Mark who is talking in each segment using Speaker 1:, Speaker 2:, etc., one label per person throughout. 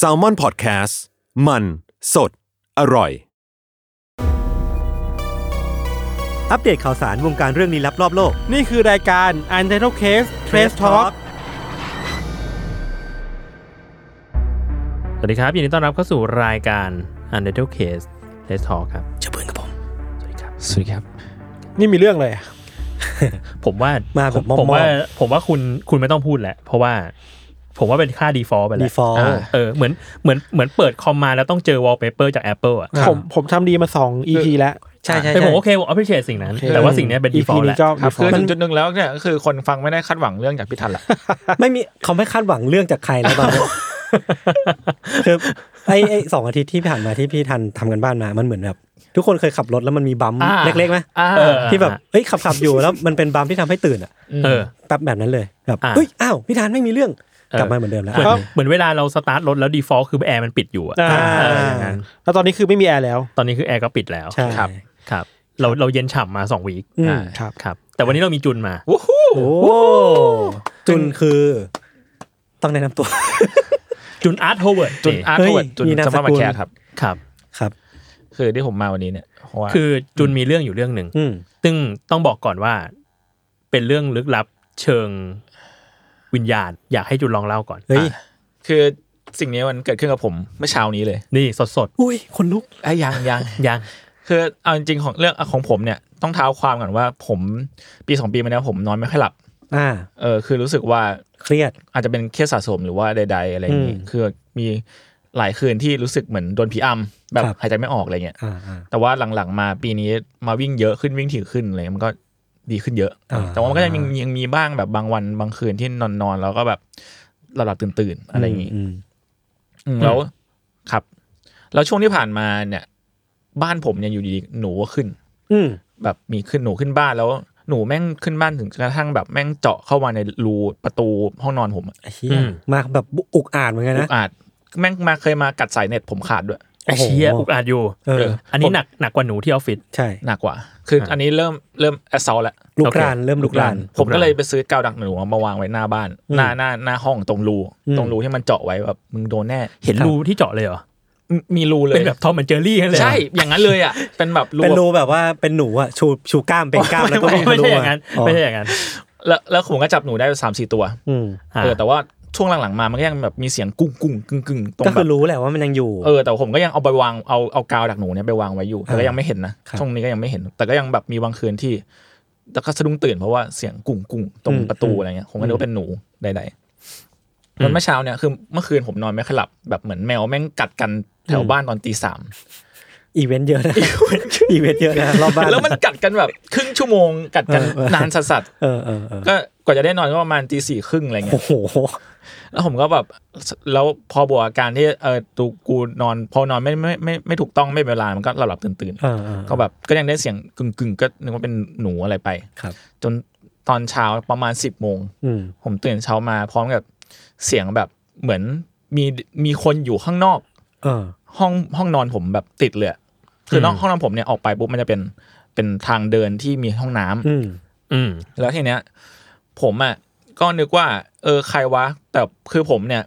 Speaker 1: s a l m o n PODCAST มัน สด อร่อย
Speaker 2: อัปเดตข่าวสารวงการเรื่องลี้ลับรอบโลก
Speaker 3: นี่คือรายการ u n t i t l e Case Trace Talk สวัสดีครับ ยินดีต้อนรับเข้าสู่รายการ u n t i t l e Case Trace Talk ครับ
Speaker 4: จะเพื่อนกับผม
Speaker 3: สวัสดีครับ
Speaker 4: สวัสดีครับ
Speaker 5: นี่มีเรื่องอะไรอะ
Speaker 3: ผมว่า
Speaker 2: มาแบบมอบๆ
Speaker 3: ผมว่าผมว่าคุณคุณไม่ต้องพูดแล้ว เพราะว่าผมว่าเป็นค่า default ไปแล้ว
Speaker 2: default
Speaker 3: าเออเหมือนเหมือนเหมือนเปิดคอมมาแล้วต้องเจอ wallpaper จาก Apple อ่ะ
Speaker 5: ผมผมทำดีมาสอง EP แล้ว
Speaker 2: ใช่ใช่
Speaker 3: แต่
Speaker 2: ใช่
Speaker 3: ผมโอเคผม appreciate สิ่งนั้น แต่ว่าสิ่งเนี้ยเป็น
Speaker 5: EP
Speaker 3: default แห
Speaker 5: นี้
Speaker 3: ละ
Speaker 5: ก็
Speaker 4: ครับคือ
Speaker 5: มั
Speaker 4: ถึ
Speaker 5: น
Speaker 4: งจุดหนึ่งแล้วเนี่ยก็คือคนฟังไม่ได้คาดหวังเรื่องจากพี่ทันละ
Speaker 2: ไม่มีเขาไม่คาดหวังเรื่องจากใครแล้วตอนนี้ คือไอ้ไอ้สองอาทิตย์ที่ผ่านมาที่พี่ทันทำกันบ้านมา มันเหมือนแบบ ทุกคนเคยขับรถแล้วมันมีบัมป์
Speaker 3: อ่า
Speaker 2: เล็กๆไหม
Speaker 3: เออ
Speaker 2: ที่แบบเอ้ยขับขับอยู่แล้วมันเป็นบัมป์ที่ทำให้ตื่นอ่ะ
Speaker 3: เออ
Speaker 2: แป๊บแบบนั้นเลยแบบ
Speaker 3: อ่า
Speaker 2: เฮ้ยอ้าวพี่ทันไม่มีเรื่อง
Speaker 3: เออ
Speaker 2: กลับมาเหมือนเดิมแล้ว
Speaker 3: เหมือนเหมือนเวลาเราสตาร์ทรถแล้ว default คือแอร์มันปิดอยู่อะ
Speaker 5: อ่า
Speaker 3: เอออย่างนั้น
Speaker 5: แล้วตอนนี้คือไม่มีแอร์แล้ว
Speaker 3: ตอนนี้คือแอร์ก็ปิดแล้ว
Speaker 2: ใช่
Speaker 4: ครับ
Speaker 3: ครับเราเราเย็นฉ่ำมา2วีค
Speaker 2: อืม
Speaker 4: อ่า
Speaker 5: ครับ
Speaker 3: ครับ แต่วันนี้เรามีจุนมา
Speaker 2: โอ้จุนคือต้องแนะนำตัว
Speaker 3: จุนอาร์ตโฮเวิร์ด
Speaker 4: จุนอาร์ต
Speaker 2: เฮ้ย
Speaker 4: เวิร์ดจุน
Speaker 2: มีนาม
Speaker 4: ส
Speaker 2: ส
Speaker 4: มา
Speaker 2: กุล
Speaker 4: แคร์ครับ
Speaker 3: ครับ
Speaker 2: ครับ
Speaker 4: คือที่ผมมาวันนี้เนี่ยเพราะว่า
Speaker 3: คือจุนมีเรื่องอยู่เรื่องหนึ่ง
Speaker 2: อืม
Speaker 3: ซึ่งต้องบอกก่อนว่า เป็นเรื่องลึกลับเชิงวิญญาณ อยากให้จุนลองเล่าก่อน
Speaker 2: เฮ้ย
Speaker 3: อ่ะ
Speaker 4: คือสิ่งนี้มันเกิดขึ้นกับผมเมื่อเช้านี้เลย
Speaker 3: นี่สดสด
Speaker 2: อุ้ยคนลุก
Speaker 4: ไอ้ยยังยัง
Speaker 3: ๆยัง
Speaker 4: คือเอาจริงๆของเรื่องของผมเนี่ยต้องเท้าความก่อนว่าผมปีสองปีมาแล้วผมนอนไม่ค่อยหลับ
Speaker 2: อ่า
Speaker 4: เออคือรู้สึกว่า
Speaker 2: เครียด
Speaker 4: อาจจะเป็นเครียดสะสมหรือว่าใด ๆ อะไรอย่างงี้
Speaker 2: อืม
Speaker 4: คือมีหลายคืนที่รู้สึกเหมือนโดนผีอำแบบ
Speaker 2: ครับ
Speaker 4: หายใจไม่ออกอะไรเงี้ย
Speaker 2: อ่าอ่า
Speaker 4: แต่ว่าหลังๆมาปีนี้มาวิ่งเยอะขึ้นวิ่งถี่ขึ้นอะไรเงี้ยมันก็ดีขึ้นเยอะ
Speaker 2: อ่า
Speaker 4: แต่ว่ามันก็ยังมียังมีบ้างแบบบางวันบางคืนที่นอนนอนๆแล้วก็แบบหลับๆตื่นตื่นๆอะไรอย่างงี้
Speaker 2: ม
Speaker 4: อืมแล้วครับ แล้วช่วงที่ผ่านมาเนี่ย บ้านผมเนี่ยอยู่ดีๆหนูก็ขึ้น
Speaker 2: อืม
Speaker 4: แบบมีขึ้นหนูขึ้นบ้านแล้วหนูแม่งขึ้นบ้านถึงกระทั่งแบบแม่งเจาะเข้ามาในรูประตูห้องนอนผมอะ
Speaker 2: ไอ้เฮี
Speaker 3: อื
Speaker 2: ย
Speaker 3: ม
Speaker 2: มาแบบอุกอาจเหมือนกัน
Speaker 4: อุ
Speaker 2: นะ
Speaker 4: กอาจแม่งมาเคยมากัดสายเน็ตผมขาดด้วย
Speaker 2: โอ้โห
Speaker 3: เชียอุกอาจอยู่
Speaker 2: เออ
Speaker 3: อันนี้หนักหนักกว่าหนูที่ออฟฟิศ
Speaker 2: ใช่
Speaker 4: หนักกว่า คืออันนี้เริ่มเริ่มแอสซอลแล้ว
Speaker 2: ลุกรานเริ่มลุกราน
Speaker 4: ผมก็เลยไปซื้อกาวดักหนูมาวางไว้หน้าบ้าน
Speaker 2: อืม
Speaker 4: หน้าหน้าหน้าห้องตรงรู
Speaker 2: อืม
Speaker 4: ตรงรูที่มันเจาะไว้แบบมึงโดนแน่
Speaker 3: เห็นรูที่เจาะเลยเหรอ
Speaker 4: มมีรูเล
Speaker 3: เป็
Speaker 4: ย
Speaker 3: นแบบทอมแอนเจอรี่กันเลยเหรอ
Speaker 4: ใช่ อย่างนั้นเลยอ่ะ เป็นแบบรู
Speaker 2: เป็นรูแบบว่าเป็นหนูอะชูชูกล้ามเป็นกล้ามแล้วก็
Speaker 3: ไม่
Speaker 2: วิ่ง
Speaker 3: ไม่
Speaker 2: ทะลุ
Speaker 3: ใช่อย่าง
Speaker 2: อะ
Speaker 3: นั้นไม่ใช่อย่างนั้น
Speaker 4: แล้วแล้วผมก็จับหนูได้สามสี่ตัว
Speaker 2: อืม
Speaker 3: อ่ะ
Speaker 4: เออแต่ว่าช่วงหลังๆมามันก็ยังแบบมีเสียงกุ้งกุ้งกึ่งกึ่งตรง
Speaker 2: ก็
Speaker 4: แบ
Speaker 2: คือบ รู้แหละว่ามันยังอยู่
Speaker 4: เออแต่ผมก็ยังเอาไปวางเอาเอากาวดักหนูเนี่ยไปวางไว้อยู่แต่ก็ยังไม่เห็นนะครับ ช่วงนี้ก็ยังไม่เห็น แต่ก็ยังแบบมีบางคืนที่แล้วก็สะดุ้งตื่นเพราะว่าเสียงกุ้งกุ้งตรงประตูอะไรเงี้ยผมก็นึกว่าเป็นหนูใดๆ จนเมื่อเช้าเนี่ยคือเมื่อคืนผมนอนไม่ค่อยหลับแบบเหมือนแมวแม่งกัดกันแถวบ้านตอนตีสาม
Speaker 2: อีเวนต์เยอะนะ อีเวนต์เยอะนะรอบบ้าน
Speaker 4: แล้วมันกัดกันแบบครึ่งชั่วโมง กัดกัน
Speaker 2: เออ
Speaker 4: นานสัส
Speaker 2: เออเออเออ
Speaker 4: ๆก็กว่าจะได้นอนก็ประมาณตีสี่ครึ่งอะไรเงี้
Speaker 2: โอ้
Speaker 4: ย
Speaker 2: โห
Speaker 4: แล้วผมก็แบบแล้วพอบวกอาการที่เออตูกูนอนพอนอนไม่ไม่ไม่ไม่ถูกต้องไม่เป็นเวลามันก็หลับหลับตื่นตื่นๆ
Speaker 2: เออเออ
Speaker 4: ก็แบบก็ยังได้เสียงกึ่งกึ่งๆก็นึกว่าเป็นหนูอะไรไป
Speaker 2: ครับ
Speaker 4: จนตอนเช้าประมาณสิบโมง
Speaker 2: อืม
Speaker 4: ผมตื่นเช้ามาพร้อมกับเสียงแบบเหมือนมีมีคนอยู่ข้างนอก
Speaker 2: เออ
Speaker 4: ห้องห้องนอนผมแบบติดเลยอะคือนอกห้องนอนผมเนี่ยออกไปปุ๊บมันจะเป็นเป็นทางเดินที่มีห้องน้ำ
Speaker 2: อืม
Speaker 3: อืม
Speaker 4: แล้วทีเนี้ย ผมอ่ะก็นึกว่า เออใครวะ แต่คือผมเนี่ย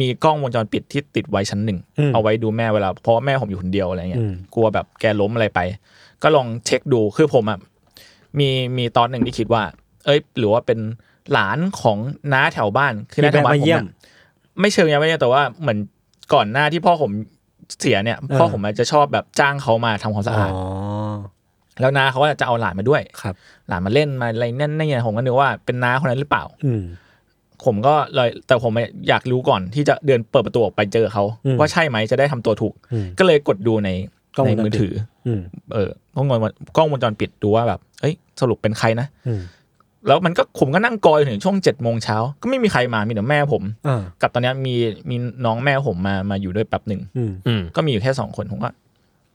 Speaker 4: มีกล้องวงจรปิดที่ติดไว้ชั้นหนึ่ง
Speaker 2: อืม
Speaker 4: เอาไว้ดูแม่เวลาเพราะว่าแม่ผมอยู่คนเดียวอะไรเงี้
Speaker 2: อื
Speaker 4: ย
Speaker 2: ม
Speaker 4: กลัวแบบแกล้มอะไรไป ก็ลองเช็คดูคือผมอ่ะมีมีตอนหนึ่งที่คิดว่า เอ้ย หรือว่าเป็นหลานของน้าแถวบ้านคือ
Speaker 2: มี
Speaker 4: น้าแถ
Speaker 2: แบบ
Speaker 4: วบ้าน
Speaker 2: มา
Speaker 4: ผม
Speaker 2: เยี่ย
Speaker 4: อะ
Speaker 2: ม
Speaker 4: ไม่เชิงยังไม่ได้แต่ว่าเหมือนก่อนหน้าที่พ่อผมเสียเนี่ย พ่อผมอาจจะชอบแบบจ้างเขามาทำความสะ
Speaker 2: อ๋
Speaker 4: อา
Speaker 2: อ
Speaker 4: ด แล้วน้าเขาก็จะเอาหลานมาด้วย
Speaker 2: ครับ
Speaker 4: หลานมาเล่นมาอะไรนั่นนี่นผมก็นึกว่าเป็นน้าคนนั้นหรือเปล่า
Speaker 2: อืม
Speaker 4: ผมก็เลยแต่ผมอยากรู้ก่อนที่จะเดินเปิดประตูออกไปเจอเขา
Speaker 2: อืม
Speaker 4: ว่าใช่ไหมจะได้ทำตัวถูก
Speaker 2: อืม
Speaker 4: ก็เลยกดดูใน
Speaker 2: กล้อง
Speaker 4: ใน
Speaker 2: วงจรปิด
Speaker 4: มือถือ
Speaker 2: อืม
Speaker 4: เออกล้องวงจรกล้องวงจรปิดดูว่าแบบเอ้ยสรุปเป็นใครนะ
Speaker 2: อืม
Speaker 4: แล้วมันก็ผมก็นั่งกอยถึงช่วงเจ็ดโมงเช้าก็ไม่มีใครมามีแต่แม่ผม
Speaker 2: อ่า
Speaker 4: กับตอนเนี้ยมีมีน้องแม่ผมมามาอยู่ด้วยแป๊บหนึ่ง
Speaker 2: อืม
Speaker 3: อืม
Speaker 4: ก็มีอยู่แค่สองคนผมก็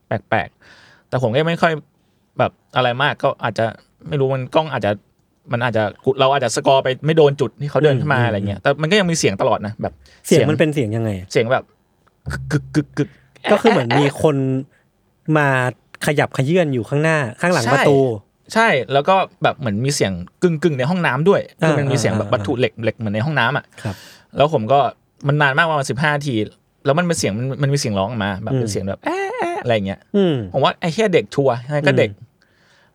Speaker 4: แปลกๆ แต่ผมก็ไม่ค่อยแบบอะไรมากก็อาจจะไม่รู้มันกล้องอาจจะมันอาจจะเราอาจจะสกอร์ไปไม่โดนจุดที่เขาเดินเข้ามา
Speaker 2: อืม
Speaker 4: อะไรเงี้ยแต่มันก็ยังมีเสียงตลอดนะแบบ
Speaker 2: เสียงมันเป็นเสียงยังไงอะ
Speaker 4: เสียงแบบกึกกึกกึก
Speaker 2: ก็คือเหมือนมีคนมาขยับขยื่นอยู่ข้างหน้าข้างหลัง
Speaker 4: ใช่
Speaker 2: ประตู
Speaker 4: ใช่แล้วก็แบบเหมือนมีเสียงกึ่งกึ่งๆในห้องน้ำด้วย
Speaker 2: อ่า
Speaker 4: คือมันมีเสียงแบบ
Speaker 2: อ่า
Speaker 4: วัตถุเหล็กเหล็กเหมือนในห้องน้ำอ่ะ
Speaker 2: ครับ
Speaker 4: แล้วผมก็มันนานมากประมาณสิบห้าที แล้วมันเป็นเสียงมันมันมีเสียงร้องออกมา แบบเป็
Speaker 2: อื
Speaker 4: น
Speaker 2: ม
Speaker 4: เสียงแบบแอะแอะอะไรเงี้ย
Speaker 2: อืม
Speaker 4: ผมว่าไอ้แค่เด็กชัวร์ยังไงก็เด็ก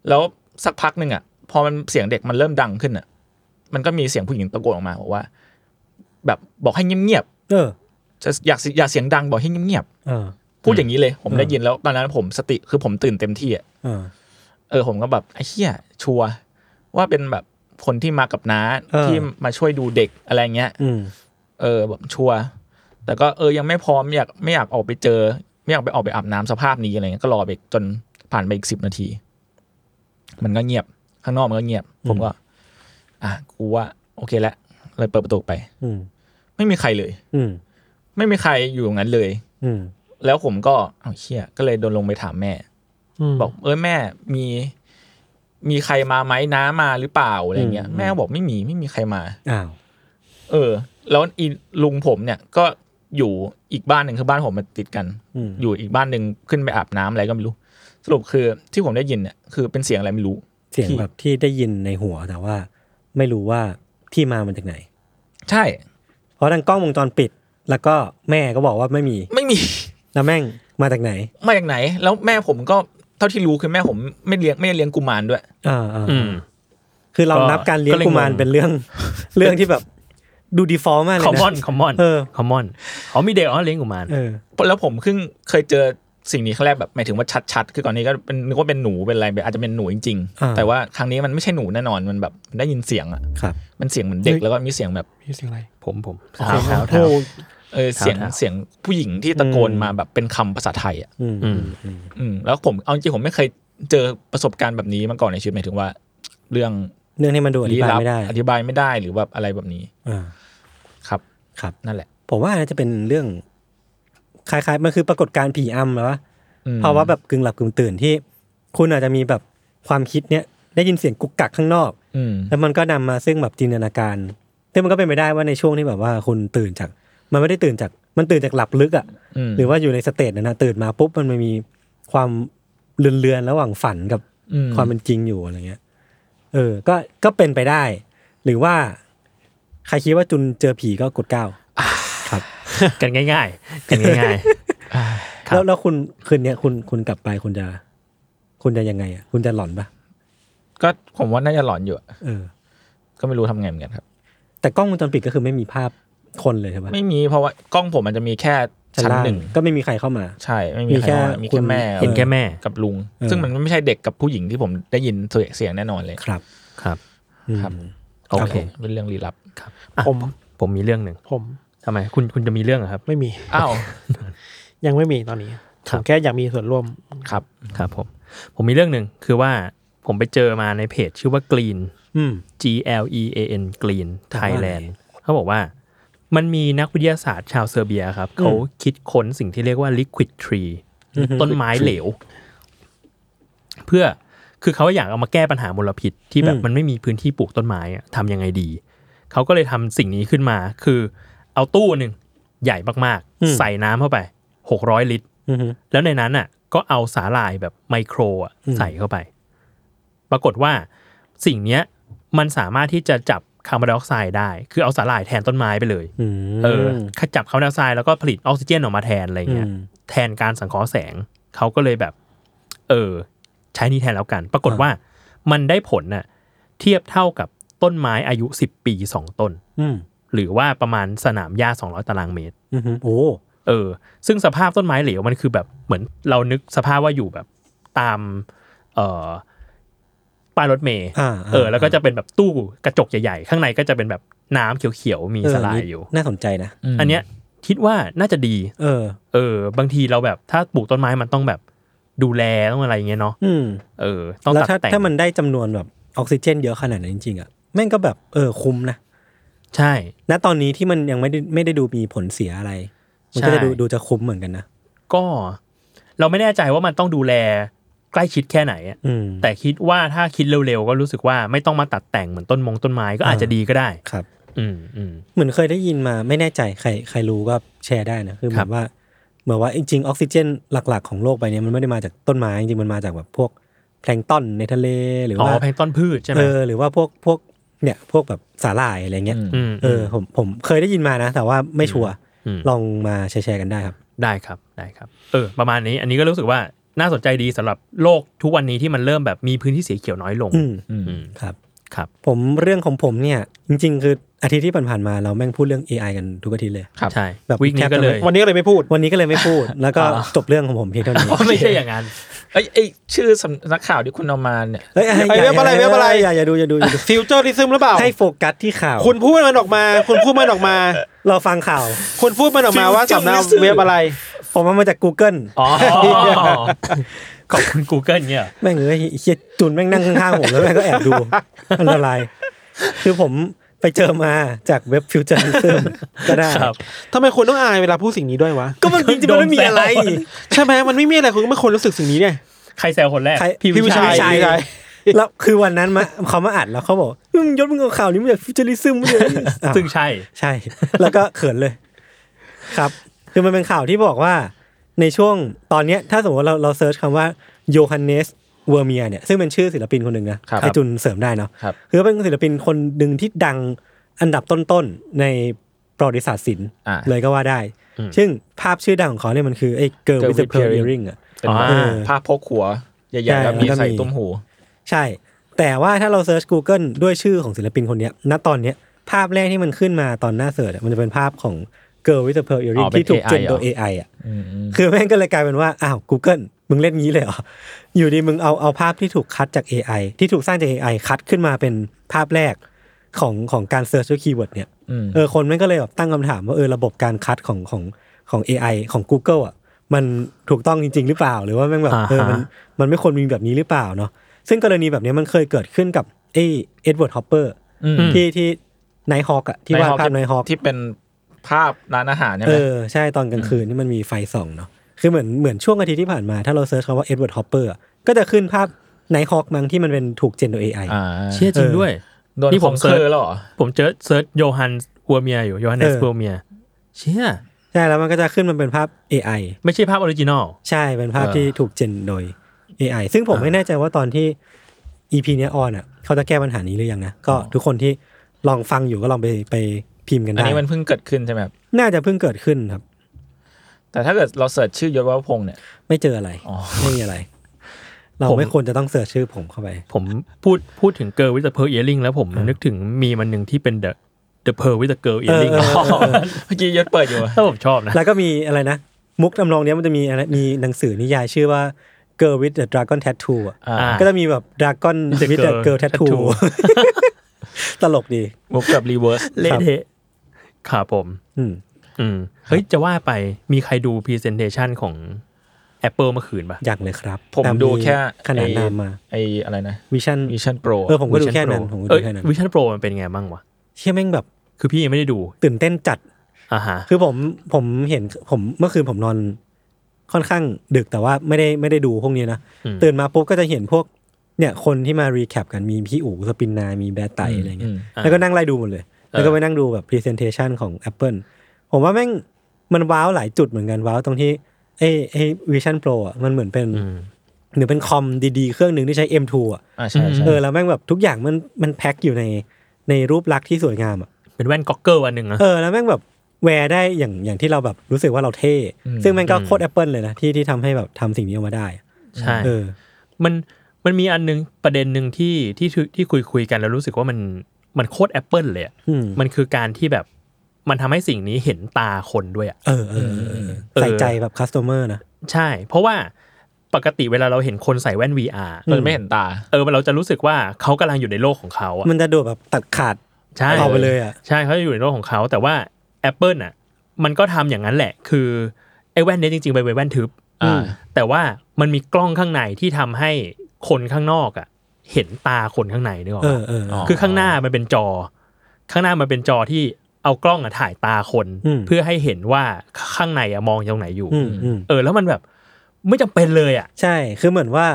Speaker 4: แล้วสักพักหนึ่งอ่ะ พอมันเสียงเด็กมันเริ่มดังขึ้นอ่ะ มันก็มีเสียงผู้หญิงตะโกนออกมาบอกว่า แบบบอกให้เงียบ
Speaker 2: เออ
Speaker 4: ๆจะอยากอย่าเสียงดังบอกให้เงียบ
Speaker 2: เออ
Speaker 4: ๆพูดอย่างนี้เลย ผม
Speaker 2: อืม
Speaker 4: ได้ยินแล้วตอนนั้นผมสติคือผมตื่นเต็มที่อ่ะ
Speaker 2: เออ
Speaker 4: เออผมก็แบบไอ้เหี้ยชัวร์ว่าเป็นแบบคนที่มากับน้า
Speaker 2: เออ
Speaker 4: ที่มาช่วยดูเด็กอะไรเงี้ย
Speaker 2: อืม
Speaker 4: เออแบบชัวร์แต่ก็เออยังไม่พร้อมอยากไม่อยากออกไปเจอ ไม่อยากไปออกไปอาบน้ำสภาพนี้อะไรเงี้ยก็รอไปจนผ่านไปอีกสิบนาที มันก็เงียบข้างนอกมันก็เงียบ ผมก็ อ่ะกูว่า โอเคแล้วเลยเปิดประตูไป
Speaker 2: อืม
Speaker 4: ไม่มีใครเลย
Speaker 2: อืม
Speaker 4: ไม่มีใครอยู่ตรงนั้นเลย
Speaker 2: อืม
Speaker 4: แล้วผมก็เอาเชี่ยก็เลยเดินลงไปถามแม่
Speaker 5: ม
Speaker 4: บอกเอ้ยแม่มี มีใครมาไหมน้ามาหรือเปล่าอะไรเงี้ย
Speaker 2: อืม
Speaker 4: แม่ก็บอกไม่มีไม่มีใครมา
Speaker 2: อ้าว
Speaker 4: เออ แล้วอีลุงผมเนี่ยก็อยู่อีกบ้านหนึ่งคือบ้านผมมันติดกัน
Speaker 2: อืม
Speaker 4: อยู่อีกบ้านหนึ่งขึ้นไปอาบน้ำอะไรก็ไม่รู้ สรุปคือที่ผมได้ยินเนี่ยคือเป็นเสียงอะไรไม่รู้
Speaker 2: เสียงแบบที่ได้ยินในหัวแต่ว่า ไม่รู้ว่าที่มามันจากไหน
Speaker 4: ใช่
Speaker 2: เพราะทางกล้องวงจรปิด แล้วก็แม่ก็บอกว่าไม่มี
Speaker 4: ไม่มี
Speaker 2: แล้วแม่งมาจากไหน
Speaker 4: มาจากไหน แล้วแม่ผมก็เท่าที่รู้คือแม่ผมไม่เลี้ยงไม่ได้เลี้ยงกุมารด้วย
Speaker 2: อ่าอ่า
Speaker 3: อืม
Speaker 2: คือเรา
Speaker 3: ก็
Speaker 2: นับการเลี้ยง
Speaker 3: ก็เลยงง
Speaker 2: กุมารเป็นเรื่อง เรื่องที่แบบ ดูดีฟอลมากเลย
Speaker 3: คอม
Speaker 2: นะ
Speaker 3: มอนคอมมอน
Speaker 2: เออ
Speaker 3: คอมมอนเขามีเด็กอ๋อเลี้ยงกุมาร
Speaker 2: เออ
Speaker 4: แล้วผมเพิ่งเคยเจอสิ่งนี้ครั้งแรกแบบหมายถึงว่าชัดๆ คือก่อนนี้ก็เป็นนึกว่าเป็นหนูเป็นอะไรแบบอาจจะเป็นหนูจริง
Speaker 2: อ่า
Speaker 4: ๆ แต่ว่าครั้งนี้มันไม่ใช่หนูแน่นอนมันแบบได้ยินเสียงอ่ะ
Speaker 2: ครับ
Speaker 4: มันเสียงเหมือนเด็กแล้วก็มีเสียงแบบ
Speaker 5: มีเสียงอะไร
Speaker 3: ผมผม
Speaker 4: อ๋อ
Speaker 3: เท้าเท้า
Speaker 5: โอ้
Speaker 3: เท้า
Speaker 5: โห
Speaker 4: เออเสียง
Speaker 3: ถามๆ
Speaker 4: เสียงผู้หญิงที่ตะโกนมาแบบเป็นคำภาษาไทยอ่ะ
Speaker 2: อืม
Speaker 3: อืม
Speaker 4: อืมแล้วผมเอาจริงๆผมไม่เคยเจอประสบการณ์แบบนี้มาก่อนในชีวิตหมายถึงว่า เรื่อง
Speaker 2: เรื่องที่มันดูอธิบายไม่ได้
Speaker 4: อธิบายไม่ได้หรือแบบอะไรแบบนี้
Speaker 2: อ่า
Speaker 4: ครับ
Speaker 2: ครับ
Speaker 4: นั่นแหละ
Speaker 2: ผมว่าน่าจะเป็นเรื่อง คล้ายๆมันคือปรากฏการณ์ผีอำแล้ววะ
Speaker 4: อืม
Speaker 2: ภาวะแบบกึ่งหลับกึ่งตื่นที่ คุณอาจจะมีแบบความคิดเนี้ยได้ยินเสียงกุกกักข้างนอก
Speaker 4: อืม
Speaker 2: แล้วมันก็นำมาซึ่งแบบจินตนาการแต่งมันก็เป็นไปได้ว่าในช่วงที่แบบว่าคุณตื่นจาก มันไม่ได้ตื่นจาก มันตื่นจากหลับลึกอะ่ะ
Speaker 4: ม
Speaker 2: หรือว่าอยู่ในสเตจนั้นนะตื่นมาปุ๊บมันมีความเลือนๆระหว่างฝันกับ
Speaker 4: อื
Speaker 2: ความเป็นจริงอยู่อะไรเงี้ย เออ ก็ ก็เป็นไปได้ หรือว่า ใครคิดว่าจุนเจอผีก็กดเก้า
Speaker 3: กันง่ายๆ กันง่าย ครับ
Speaker 2: แล้วแล้วคุณคืนเนี้ยคุณคุณกลับไปคุณจะ คุณจะยังไงอ่ะคุณจะหลอนปะ
Speaker 4: ก็ผมว่าน่าจะหลอนอยู่อะ
Speaker 2: เออ
Speaker 4: ก็ไม่รู้ทำไงเหมือนกันครับ
Speaker 2: แต่กล้องวงจรปิดก็คือไม่มีภาพคนเลยใช่ปะ
Speaker 4: ไม่มีเพราะว่ากล้องผมมันจะมีแค่ชั้น
Speaker 2: ล่าง
Speaker 4: หนึ่ง
Speaker 2: ก็ไม่มีใครเข้ามา
Speaker 4: ใช่ไม่มี
Speaker 2: มี
Speaker 4: ใคร
Speaker 2: แค่
Speaker 4: เข้ามามี
Speaker 2: คุ
Speaker 4: แค่
Speaker 2: ณ
Speaker 4: แม่
Speaker 3: ๆ เห็นแค่แม่
Speaker 4: กับลุง
Speaker 2: เออ
Speaker 4: ซึ่งมันไม่ใช่เด็กกับผู้หญิงที่ผมได้ยินเสียงแน่นอนเลย
Speaker 2: ครับ
Speaker 3: ครับ
Speaker 2: อืม
Speaker 4: ครับ
Speaker 3: โอเค
Speaker 4: เป็นเรื่องลี้ลับ
Speaker 3: ครับอ่ะ
Speaker 5: ผม
Speaker 3: ผมมีเรื่องหนึ่ง
Speaker 5: ผม
Speaker 3: ทำไมคุณคุณจะมีเรื่องเหรอครับ
Speaker 5: ไม่มี
Speaker 4: อ้าว
Speaker 5: ยังไม่มีตอนนี้
Speaker 3: ค
Speaker 5: ผ
Speaker 3: รับ
Speaker 5: มแค่อยากมีส่วนร่วม
Speaker 4: ครับ
Speaker 3: ครับผม ผมมีเรื่องหนึ่งคือว่าผมไปเจอมาในเพจชื่อว่า Green
Speaker 2: อืม
Speaker 3: G L E A N Green
Speaker 2: ถามว่า
Speaker 3: Thailand เขาบอกว่า มันมีนักวิทยาศาสตร์ชาวเซอร์เบียครับ เขาคิดค้นสิ่งที่เรียกว่า liquid tree ต้นไม้เหลว เพื่อคือเขาอยากเอามาแก้ปัญหามลพิษ ที่แบบ
Speaker 2: อืม
Speaker 3: มันไม่มีพื้นที่ปลูกต้นไม้อะทำยังไงดี เขาก็เลยทำสิ่งนี้ขึ้นมา คือเอาตู้หนึ่งใหญ่มากๆ ใส่น้ำเข้าไปหกร้อยลิตร
Speaker 2: อืม
Speaker 3: แล้วในนั้นอ่ะก็เอาสาหร่ายแบบไมโครอ่ะ
Speaker 2: อืม
Speaker 3: ใส่เข้าไป ปรากฏว่าสิ่งเนี้ยมันสามารถที่จะจับคาร์บอนไดออกไซด์ได้ คือเอาสาหร่ายแทนต้นไม้ไปเลย
Speaker 2: อืม
Speaker 3: เออขจับคาร์บอนไดออกไซด์แล้วก็ผลิตออกซิเจนออกมาแทนอะไรเงี้ย
Speaker 2: อืม
Speaker 3: แทนการสังเคราะห์แสง เขาก็เลยแบบ เออ ใช้นี่แทนแล้วกัน ปรากฏว่ามันได้ผลน่ะเทียบเท่ากับต้นไม้อายุ 10 ปี 2 ต้น
Speaker 2: อืม
Speaker 3: หรือว่าประมาณสนามหญ้า200 ตารางเมตร
Speaker 2: อืมโอ้
Speaker 3: เออ ซึ่งสภาพต้นไม้เหลวมันคือแบบเหมือนเรานึกสภาพว่าอยู่แบบตาม เอ่อป้ายรถเมย์
Speaker 2: อ่า
Speaker 3: เออ แล้วก็จะเป็นแบบตู้กระจกใหญ่ๆ ข้างในก็จะเป็นแบบน้ำเขียวๆ มี
Speaker 2: เ
Speaker 3: สลายอยู่
Speaker 2: น่าสนใจนะ
Speaker 3: อันเนี้ยคิดว่าน่าจะดี
Speaker 2: เออ
Speaker 3: เออ บางทีเราแบบถ้าปลูกต้นไม้มันต้องแบบดูแลต้องอะไรอย่างเงี้ยเนาะ
Speaker 2: อืม
Speaker 3: เออ ต้อง
Speaker 2: แล้ว
Speaker 3: ตัด
Speaker 2: ถ้า
Speaker 3: แต่ง
Speaker 2: ถ้ามันได้จำนวนแบบออกซิเจนเยอะขนาดนั้นจริงๆอ่ะ แม่งก็แบบเออคุ้มนะ
Speaker 3: ใช่
Speaker 2: ณตอนนี้ที่มันยังไม่ได้ไม่ได้ดูมีผลเสียอะไร มันก็จะดู
Speaker 3: ใช่
Speaker 2: ดูจะคุ้มเหมือนกันนะ
Speaker 3: ก็เราไม่แน่ใจว่ามันต้องดูแลใกล้ชิดแค่ไหนอะ
Speaker 2: อืม
Speaker 3: แต่คิดว่าถ้าคิดเร็วๆ ก็รู้สึกว่าไม่ต้องมาตัดแต่งเหมือนต้นมงต้นไม้ก็อาจจะ
Speaker 2: อ่า
Speaker 3: ดีก็ได้
Speaker 2: ครับ
Speaker 3: อืมอืม
Speaker 2: เหมือนเคยได้ยินมาไม่แน่ใจใครใครรู้ก็แชร์ได้นะคือเห
Speaker 3: ครั
Speaker 2: มือบ นว่าเหมือนว่าจริงๆออกซิเจนหลัก ๆ ของโลกใบเนี้ยมันไม่ได้มาจากต้นไม้จริงๆมันมาจากแบบพวกแพลงก์ต้นในทะเลหรือ
Speaker 3: อ๋
Speaker 2: ว่า
Speaker 3: อแพลงก์ต้นพืชใช่ไหม
Speaker 2: เออหรือว่าพวกพวกเนี่ยพวกแบบสาหร่ายอะไรเงี้ย
Speaker 4: ม
Speaker 3: ม
Speaker 2: เออผมผมเคยได้ยินมานะ แต่ว่าไม่ชัวร์
Speaker 3: ม
Speaker 2: ลองมาแชร์ๆกันได้ครับ
Speaker 3: ได้ครับได้ครับ เออ ประมาณนี้อันนี้ก็รู้สึกว่าน่าสนใจดีสำหรับโลกทุกวันนี้ที่มันเริ่มแบบมีพื้นที่สีเขียวน้อยลง
Speaker 2: อืม
Speaker 3: อืม
Speaker 2: ครับ
Speaker 3: ครับ
Speaker 2: ผมเรื่องของผมเนี่ยจริง ๆ คืออาทิตย์ที่ผ่านๆมาเราแม่งพูดเรื่อง AI กันทุกอาทิตย์เลย
Speaker 4: ครับ
Speaker 3: ใช่
Speaker 2: แบบ
Speaker 3: วิกนี้ก็เลย
Speaker 2: แทบจะไม่
Speaker 5: วันนี้ก็เลยไม่พูด
Speaker 2: วันนี้ก็เลยไม่พูด แล้วก็
Speaker 4: อ่า
Speaker 2: จบเรื่องของผมเพียงเท่านี้
Speaker 3: อ๋อไม่ใช่อย่างนั้น
Speaker 4: ไอ้ยไอ้ชื่อสำนักข่าวที่คุณเอามาเนี่ย
Speaker 2: เฮ้ยอย่า
Speaker 5: เว็บอะไรเว็บอะไร
Speaker 2: อย่าอย่าดูอย่าดูอย่าดู
Speaker 5: ฟิวเจอริซึมหรือเปล่า
Speaker 2: ให้โฟกัสที่ข่าว
Speaker 5: คุณพูดมันออกมา คุณพูดมันออกมา
Speaker 2: เราฟังข่าว
Speaker 5: คุณพูดมันออกมาว่า
Speaker 4: Futurism
Speaker 5: สำนักเว็บอะไร
Speaker 2: ผมเอามาจาก Google
Speaker 3: อ๋อ ขอบคุณ Google เนี่ย
Speaker 2: แม่งเอ้ยไอ้เฮียจุนแม่งนั่งข้างๆผมแล้วแม่งก็แอบดู อันตราย คือผมไปเจอมาจากเว็บฟิวเจอร์ซึ่งก็ได้
Speaker 3: ครับ
Speaker 5: ทำไมคุณต้องอายเวลาพูดสิ่งนี้ด้วยวะ
Speaker 2: ก็มันจริงๆมันไม่มีอะไร
Speaker 5: ใช่ไหมมันไม่มีอะไรคุณก็ไม่ควรรู้สึกสิ่งนี้เนี่ย
Speaker 3: ใครแซวคนแรก
Speaker 2: ใคร
Speaker 3: พี่วิ
Speaker 2: ใช่
Speaker 3: ชัย
Speaker 2: พี่วิชัย แล้ว คือวันนั้นมาเขามาอัดแล้วเขาบอกอืมยศมึงเอาข่าวนี้มาจากฟิวเจอริซึมมาเลยอ้าว
Speaker 3: ซึ่งใช่
Speaker 2: ใช่ แล้วก็เขินเลย ครับ คือมันเป็นข่าวที่บอกว่า ในช่วงตอนเนี้ย ถ้าสมมติว่าเราเราเซิร์ชคำว่าโยฮันเนสเวอร์เมียเนี่ย ซึ่งเป็นชื่อศิลปินคนหนึ่งนะครับ ไอจุนเสริมได้เนาะ
Speaker 4: ครับ
Speaker 2: คือเป็นศิลปินคนหนึ่งที่ดังอันดับต้นๆ ในประวัติศาสตร์ศิลป์
Speaker 4: อ่า
Speaker 2: เลยก็ว่าได้
Speaker 3: อืม
Speaker 2: ซึ่งภาพชื่อดังของเขาเนี่ยมันคือไอ้เกิร์ล
Speaker 4: Girl
Speaker 2: วิส
Speaker 4: with
Speaker 2: เพล
Speaker 4: Pearl
Speaker 2: เอ
Speaker 4: Earring
Speaker 2: ริงอะ
Speaker 4: เป็น
Speaker 3: อ่า
Speaker 4: ภาพพกหัวให
Speaker 2: ใช่
Speaker 4: ญ่ๆแล้
Speaker 2: แล้
Speaker 4: ว
Speaker 2: ว
Speaker 4: มี
Speaker 2: ก็
Speaker 4: ใส่
Speaker 2: มี
Speaker 4: ตุ้มหู
Speaker 2: ใช่ แต่ว่าถ้าเราเซิร์ช Google ด้วยชื่อของศิลปินคนเนี้ยณตอนเนี้ยภาพแรกที่มันขึ้นมาตอนหน้าเสิร์ชอะมันจะเป็นภาพของ Girl with the Pearl
Speaker 4: อ๋
Speaker 2: Earring
Speaker 4: อเป็น
Speaker 2: ที่ถูก
Speaker 4: AI
Speaker 2: จนโดย
Speaker 4: เหรอ
Speaker 2: AI อ่ะ
Speaker 4: อืมอืม
Speaker 2: คือแม่งก็เลยกลายเป็นว่า อ้าว Google มึงเล่นงี้เลยเหรอ อยู่ดีมึงเอาเอาภาพที่ถูกคัดจาก AI ที่ถูกสร้างจาก AI คัดขึ้นมาเป็นภาพแรกของของการเซิร์ชด้วยคีย์เวิร์ดเนี่ย
Speaker 4: อืม
Speaker 2: เออคนแม่งก็เลยแบบตั้งคำถามว่าเออระบบการคัดของของของ AI ของ Google อ่ะมันถูกต้องจริง ๆ หรือเปล่า หรือว่าแม่งแบบ
Speaker 3: อ่าฮะ
Speaker 2: เออมันมันไม่ควรมีแบบนี้หรือเปล่าเนาะซึ่งกรณีแบบเนี้ยมันเคยเกิดขึ้นกับไอเอ็ดเวิร์ดฮอปเปอร์
Speaker 4: อืม
Speaker 2: ที่ที่ไนฮอกอะที่วาดภาพไนฮอก
Speaker 4: ที่เป็นภาพร้านอาหารใช่ไห
Speaker 2: เอ
Speaker 4: ม
Speaker 2: อ ใช่ตอนกลางคืนนี่มันมีไฟส่องเนาะคือเหมือนเหมือนช่วงอาทิตย์ที่ผ่านมาถ้าเราเซิร์ชคำว่าเอ็ดเวิร์ดฮอปเปอร์ก็จะขึ้นภาพไนฮอกมั้งที่มันเป็นถูกเจนโดยเอไอ
Speaker 4: อ่า
Speaker 3: เชื่อจริงด้วย
Speaker 4: โดน
Speaker 3: นี่
Speaker 4: ผ
Speaker 3: ผม ม
Speaker 4: เซิร์ช
Speaker 3: เสิร์ช
Speaker 4: แล้วเหรอ
Speaker 3: ผมเจอเซิร์ชโยฮันกัวเมียอยู่โยฮันเนส
Speaker 2: เออ
Speaker 3: กัวเมียเชี่ย
Speaker 2: ใช่แล้วมันก็จะขึ้นมันเป็นภาพ AI
Speaker 3: ไม่ใช่ภาพออริจินอล
Speaker 2: ใช่เป็นภาพ
Speaker 3: เออ
Speaker 2: ที่ถูกเจนโดย AI ซึ่งผม
Speaker 3: อ่า
Speaker 2: ไม่แน่ใจว่าตอนที่ EP เนี้ยออนอ่ะเขาจะแก้ปัญหานี้หรือยังนะ ก็
Speaker 4: อ๋อ
Speaker 2: ทุกคนที่ลองฟังอยู่ก็ลองไปไปพิมพ์กัน
Speaker 4: อัน
Speaker 2: ได้
Speaker 4: นี้มันเพิ่งเกิดขึ้นใช่ไหมครับ
Speaker 2: น่าจะเพิ่งเกิดขึ้นครับ
Speaker 4: แต่ถ้าเกิดเราเสิร์ชชื่อยศวัฒพงษ์เนี่ย
Speaker 2: ไม่เจออะไร
Speaker 4: อ๋อ
Speaker 2: ไม่มีอะไร เราไม่ควรจะต้องเสิร์ชชื่อผมเข้าไป
Speaker 3: ผมพูดพูดถึงเกิร์ลวิ t เ e อร์เอ r ริงแล้วผมนึกถึงมีมันหนึ่งที่เป็นเดอะเดอะเพอร์วิ t เ e อร์เอ r ริง
Speaker 2: เออเออเออ
Speaker 4: เมื่อกี้ยศเปิดอยู่อะ
Speaker 3: ถ้าผมชอบนะ
Speaker 2: แล้วก็มีอะไรนะ มุกทำนองเนี้ยมันจะมีอะไรมีหนังสือนิยายชื่อว่า Girl with the Dragon Tattoo อ่ะ
Speaker 4: อ่า
Speaker 3: อ่า
Speaker 2: ก็จะมีแบบ Dragon
Speaker 3: The
Speaker 2: with the
Speaker 3: Girl
Speaker 2: Girl Tattoo
Speaker 3: Tattoo
Speaker 2: ตลกดี
Speaker 4: มุกกับรีเวิร์ส
Speaker 3: เละเทะครับผม
Speaker 2: อืม
Speaker 3: อืม เฮ้ย จะว่าไปมีใครดูพรีเซนเ a ชันของ Apple เมื่อคืนปะ
Speaker 2: อย่างเลยครับ
Speaker 4: ผม
Speaker 2: ตา
Speaker 4: ดูแค่
Speaker 2: ขนาด
Speaker 4: ไอ้
Speaker 2: นามมา
Speaker 4: ไออะไรนะ
Speaker 2: วิชั่น
Speaker 4: มิชชั่นโปร
Speaker 2: เออผมก็ดู
Speaker 3: Vision
Speaker 2: แค่นั้น
Speaker 3: Pro
Speaker 2: ผมก็ดู
Speaker 3: เอ้ย
Speaker 2: แค่นั้น
Speaker 3: Vision Pro มันเป็นไงบ้างวะ
Speaker 2: เชี่ยแม่งแบบ
Speaker 3: คือพี่ยังไม่ได้ดู
Speaker 2: ตื่นเต้นจัด
Speaker 3: อ่าฮะ
Speaker 2: คือผมผมเห็นผมเมื่อคืนผมนอนค่อนข้างดึกแต่ว่าไม่ได้ไม่ได้ดูพวกนี้นะ
Speaker 3: อืม
Speaker 2: ตื่นมาปุ๊บก็จะเห็นพวกเนี่ยคนที่มารีแคปกันมีพี่อู๋สปินนามีแบร์ไตอะไรเงี้ย แล้วก็นั่งไล่ดูหมดเลย แล้วก็ไปนั่งดูแบบ Presentation ของ Apple ผมว่าแม่งมันว้าวหลายจุดเหมือนกันว้าวตรงที่ไอ้ไอ้ Vision Pro อ่ะมันเหมือนเป็น
Speaker 3: อืม
Speaker 2: หรือเป็นคอมดีๆ เครื่องหนึ่งที่ใช้ M2 อ่ะ
Speaker 4: อ่าใช่ใช่
Speaker 2: เออแล้วแม่งแบบทุกอย่างมันมันแพ็คอยู่ในในรูปลักษณ์ที่สวยงามอ่ะ
Speaker 3: เป็นแว่นก็อกเกอร์อันหนึ่งนะ
Speaker 2: เออแล้วแม่งแบบแวร์ได้อย่างอย่างที่เราแบบรู้สึกว่าเราเท่ ซึ่งแม่งก็โคตร Apple เลยนะที่ที่ทำให้แบบทำสิ่งนี้ออกมาได้อะ
Speaker 3: ใช่
Speaker 2: เออ
Speaker 3: มันมันมีอันหนึงประเด็นหนึ่งที่ที่ที่ที่คุยคุยกันแล้วรู้สึกว่ามันมันโคตร Apple เลยอะ
Speaker 2: อืม
Speaker 3: มันคือการที่แบบมันทำให้สิ่งนี้เห็นตาคนด้วยอะ
Speaker 2: เออเออเออเออใส่ใจแบบ customer นะ
Speaker 3: ใช่ เพราะว่าปกติเวลาเราเห็นคนใส่แว่น VR
Speaker 4: เราจะไม่เห็นตา
Speaker 3: เออเราจะรู้สึกว่าเขากำลังอยู่ในโลกของเขาอะ
Speaker 2: มันจะดูแบบตัดขาด
Speaker 3: ใช่
Speaker 2: เอาไปเลยอ่ะ
Speaker 3: ใช่เขาจะอยู่ในโลกของเขา แต่ว่า Apple น่ะ มันก็ทำอย่างนั้นแหละ คือไอ้แว่นเนี้ยจริงๆเป็นแว่นทึบ
Speaker 4: อ่า
Speaker 3: แต่ว่ามันมีกล้องข้างในที่ทำให้คนข้างนอกอะ เห็นตาคนข้างในนึกออก
Speaker 2: เอ
Speaker 3: ปะ
Speaker 2: อเออ
Speaker 4: อ๋อ
Speaker 3: คือข้างหน้ามันเป็นจอ ข้างหน้ามันเป็นจอที่เอากล้องอะถ่ายตาคน
Speaker 2: อืม
Speaker 3: เพื่อให้เห็นว่าข้างในอะมองตรงไหนอยู่
Speaker 2: อืมอืม
Speaker 3: เออ แล้วมันแบบ ไม่จำเป็นเลยอะ
Speaker 2: ใช่คือเหมือนว่า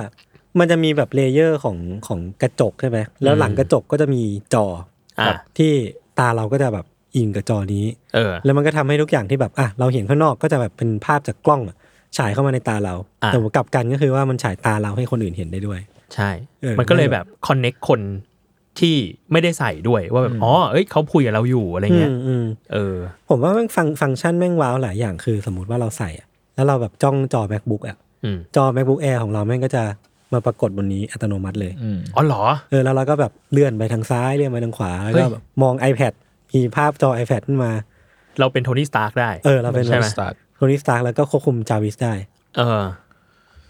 Speaker 2: มันจะมีแบบเลเยอร์ของของกระจกใช่ไหมแล้วหลังกระจกก็จะมีจออ
Speaker 3: อ่ะ
Speaker 2: ที่ตาเราก็จะแบบอิงกับจอนี้
Speaker 3: เออ
Speaker 2: แล้วมันก็ทำให้ทุกอย่างที่แบบอ่ะเราเห็นข้างนอกก็จะแบบเป็นภาพจากกล้องอะฉายเข้ามาในตาเรา
Speaker 3: อ่ะ
Speaker 2: แต่ว่ากลับกันก็คือว่ามันฉายตาเราให้คนอื่นเห็นได้ด้วย
Speaker 3: ใช่
Speaker 2: เออ
Speaker 3: มันก็เลยแบบคอนเน็กคนที่ไม่ได้ใส่ด้วยว่าแบบอ๋อเอ้ยเขาคุยกับเราอยู่อะไรเงี้ย
Speaker 2: อืมอืม
Speaker 3: เออ
Speaker 2: ผมว่าแม่งฟังฟังก์ชันแม่งว้าวหลายอย่างคือสมมติว่าเราใส่อะแล้วเราแบบจ้องจอ macbook อะ
Speaker 3: อืม
Speaker 2: จอ macbook air ของเราแม่งก็จะมาปรากฏบนนี้อัตโนมัติเลย
Speaker 4: อืม
Speaker 3: อ๋อเหรอ
Speaker 2: เออแล้วเราก็แบบเลื่อนไปทางซ้ายเลื่อนไปทางขวา แล้วก็
Speaker 3: เฮ้ย
Speaker 2: แบบมอง iPad มีภาพจอ iPad ขึ้นมา
Speaker 3: เราเป็นโทนี่สตาร์กได้
Speaker 2: เออ เราเป็น
Speaker 3: ใช่ไหม
Speaker 4: Start
Speaker 2: โทนี่สตาร์แล้วก็ควบคุมจาวิสได้
Speaker 3: เออ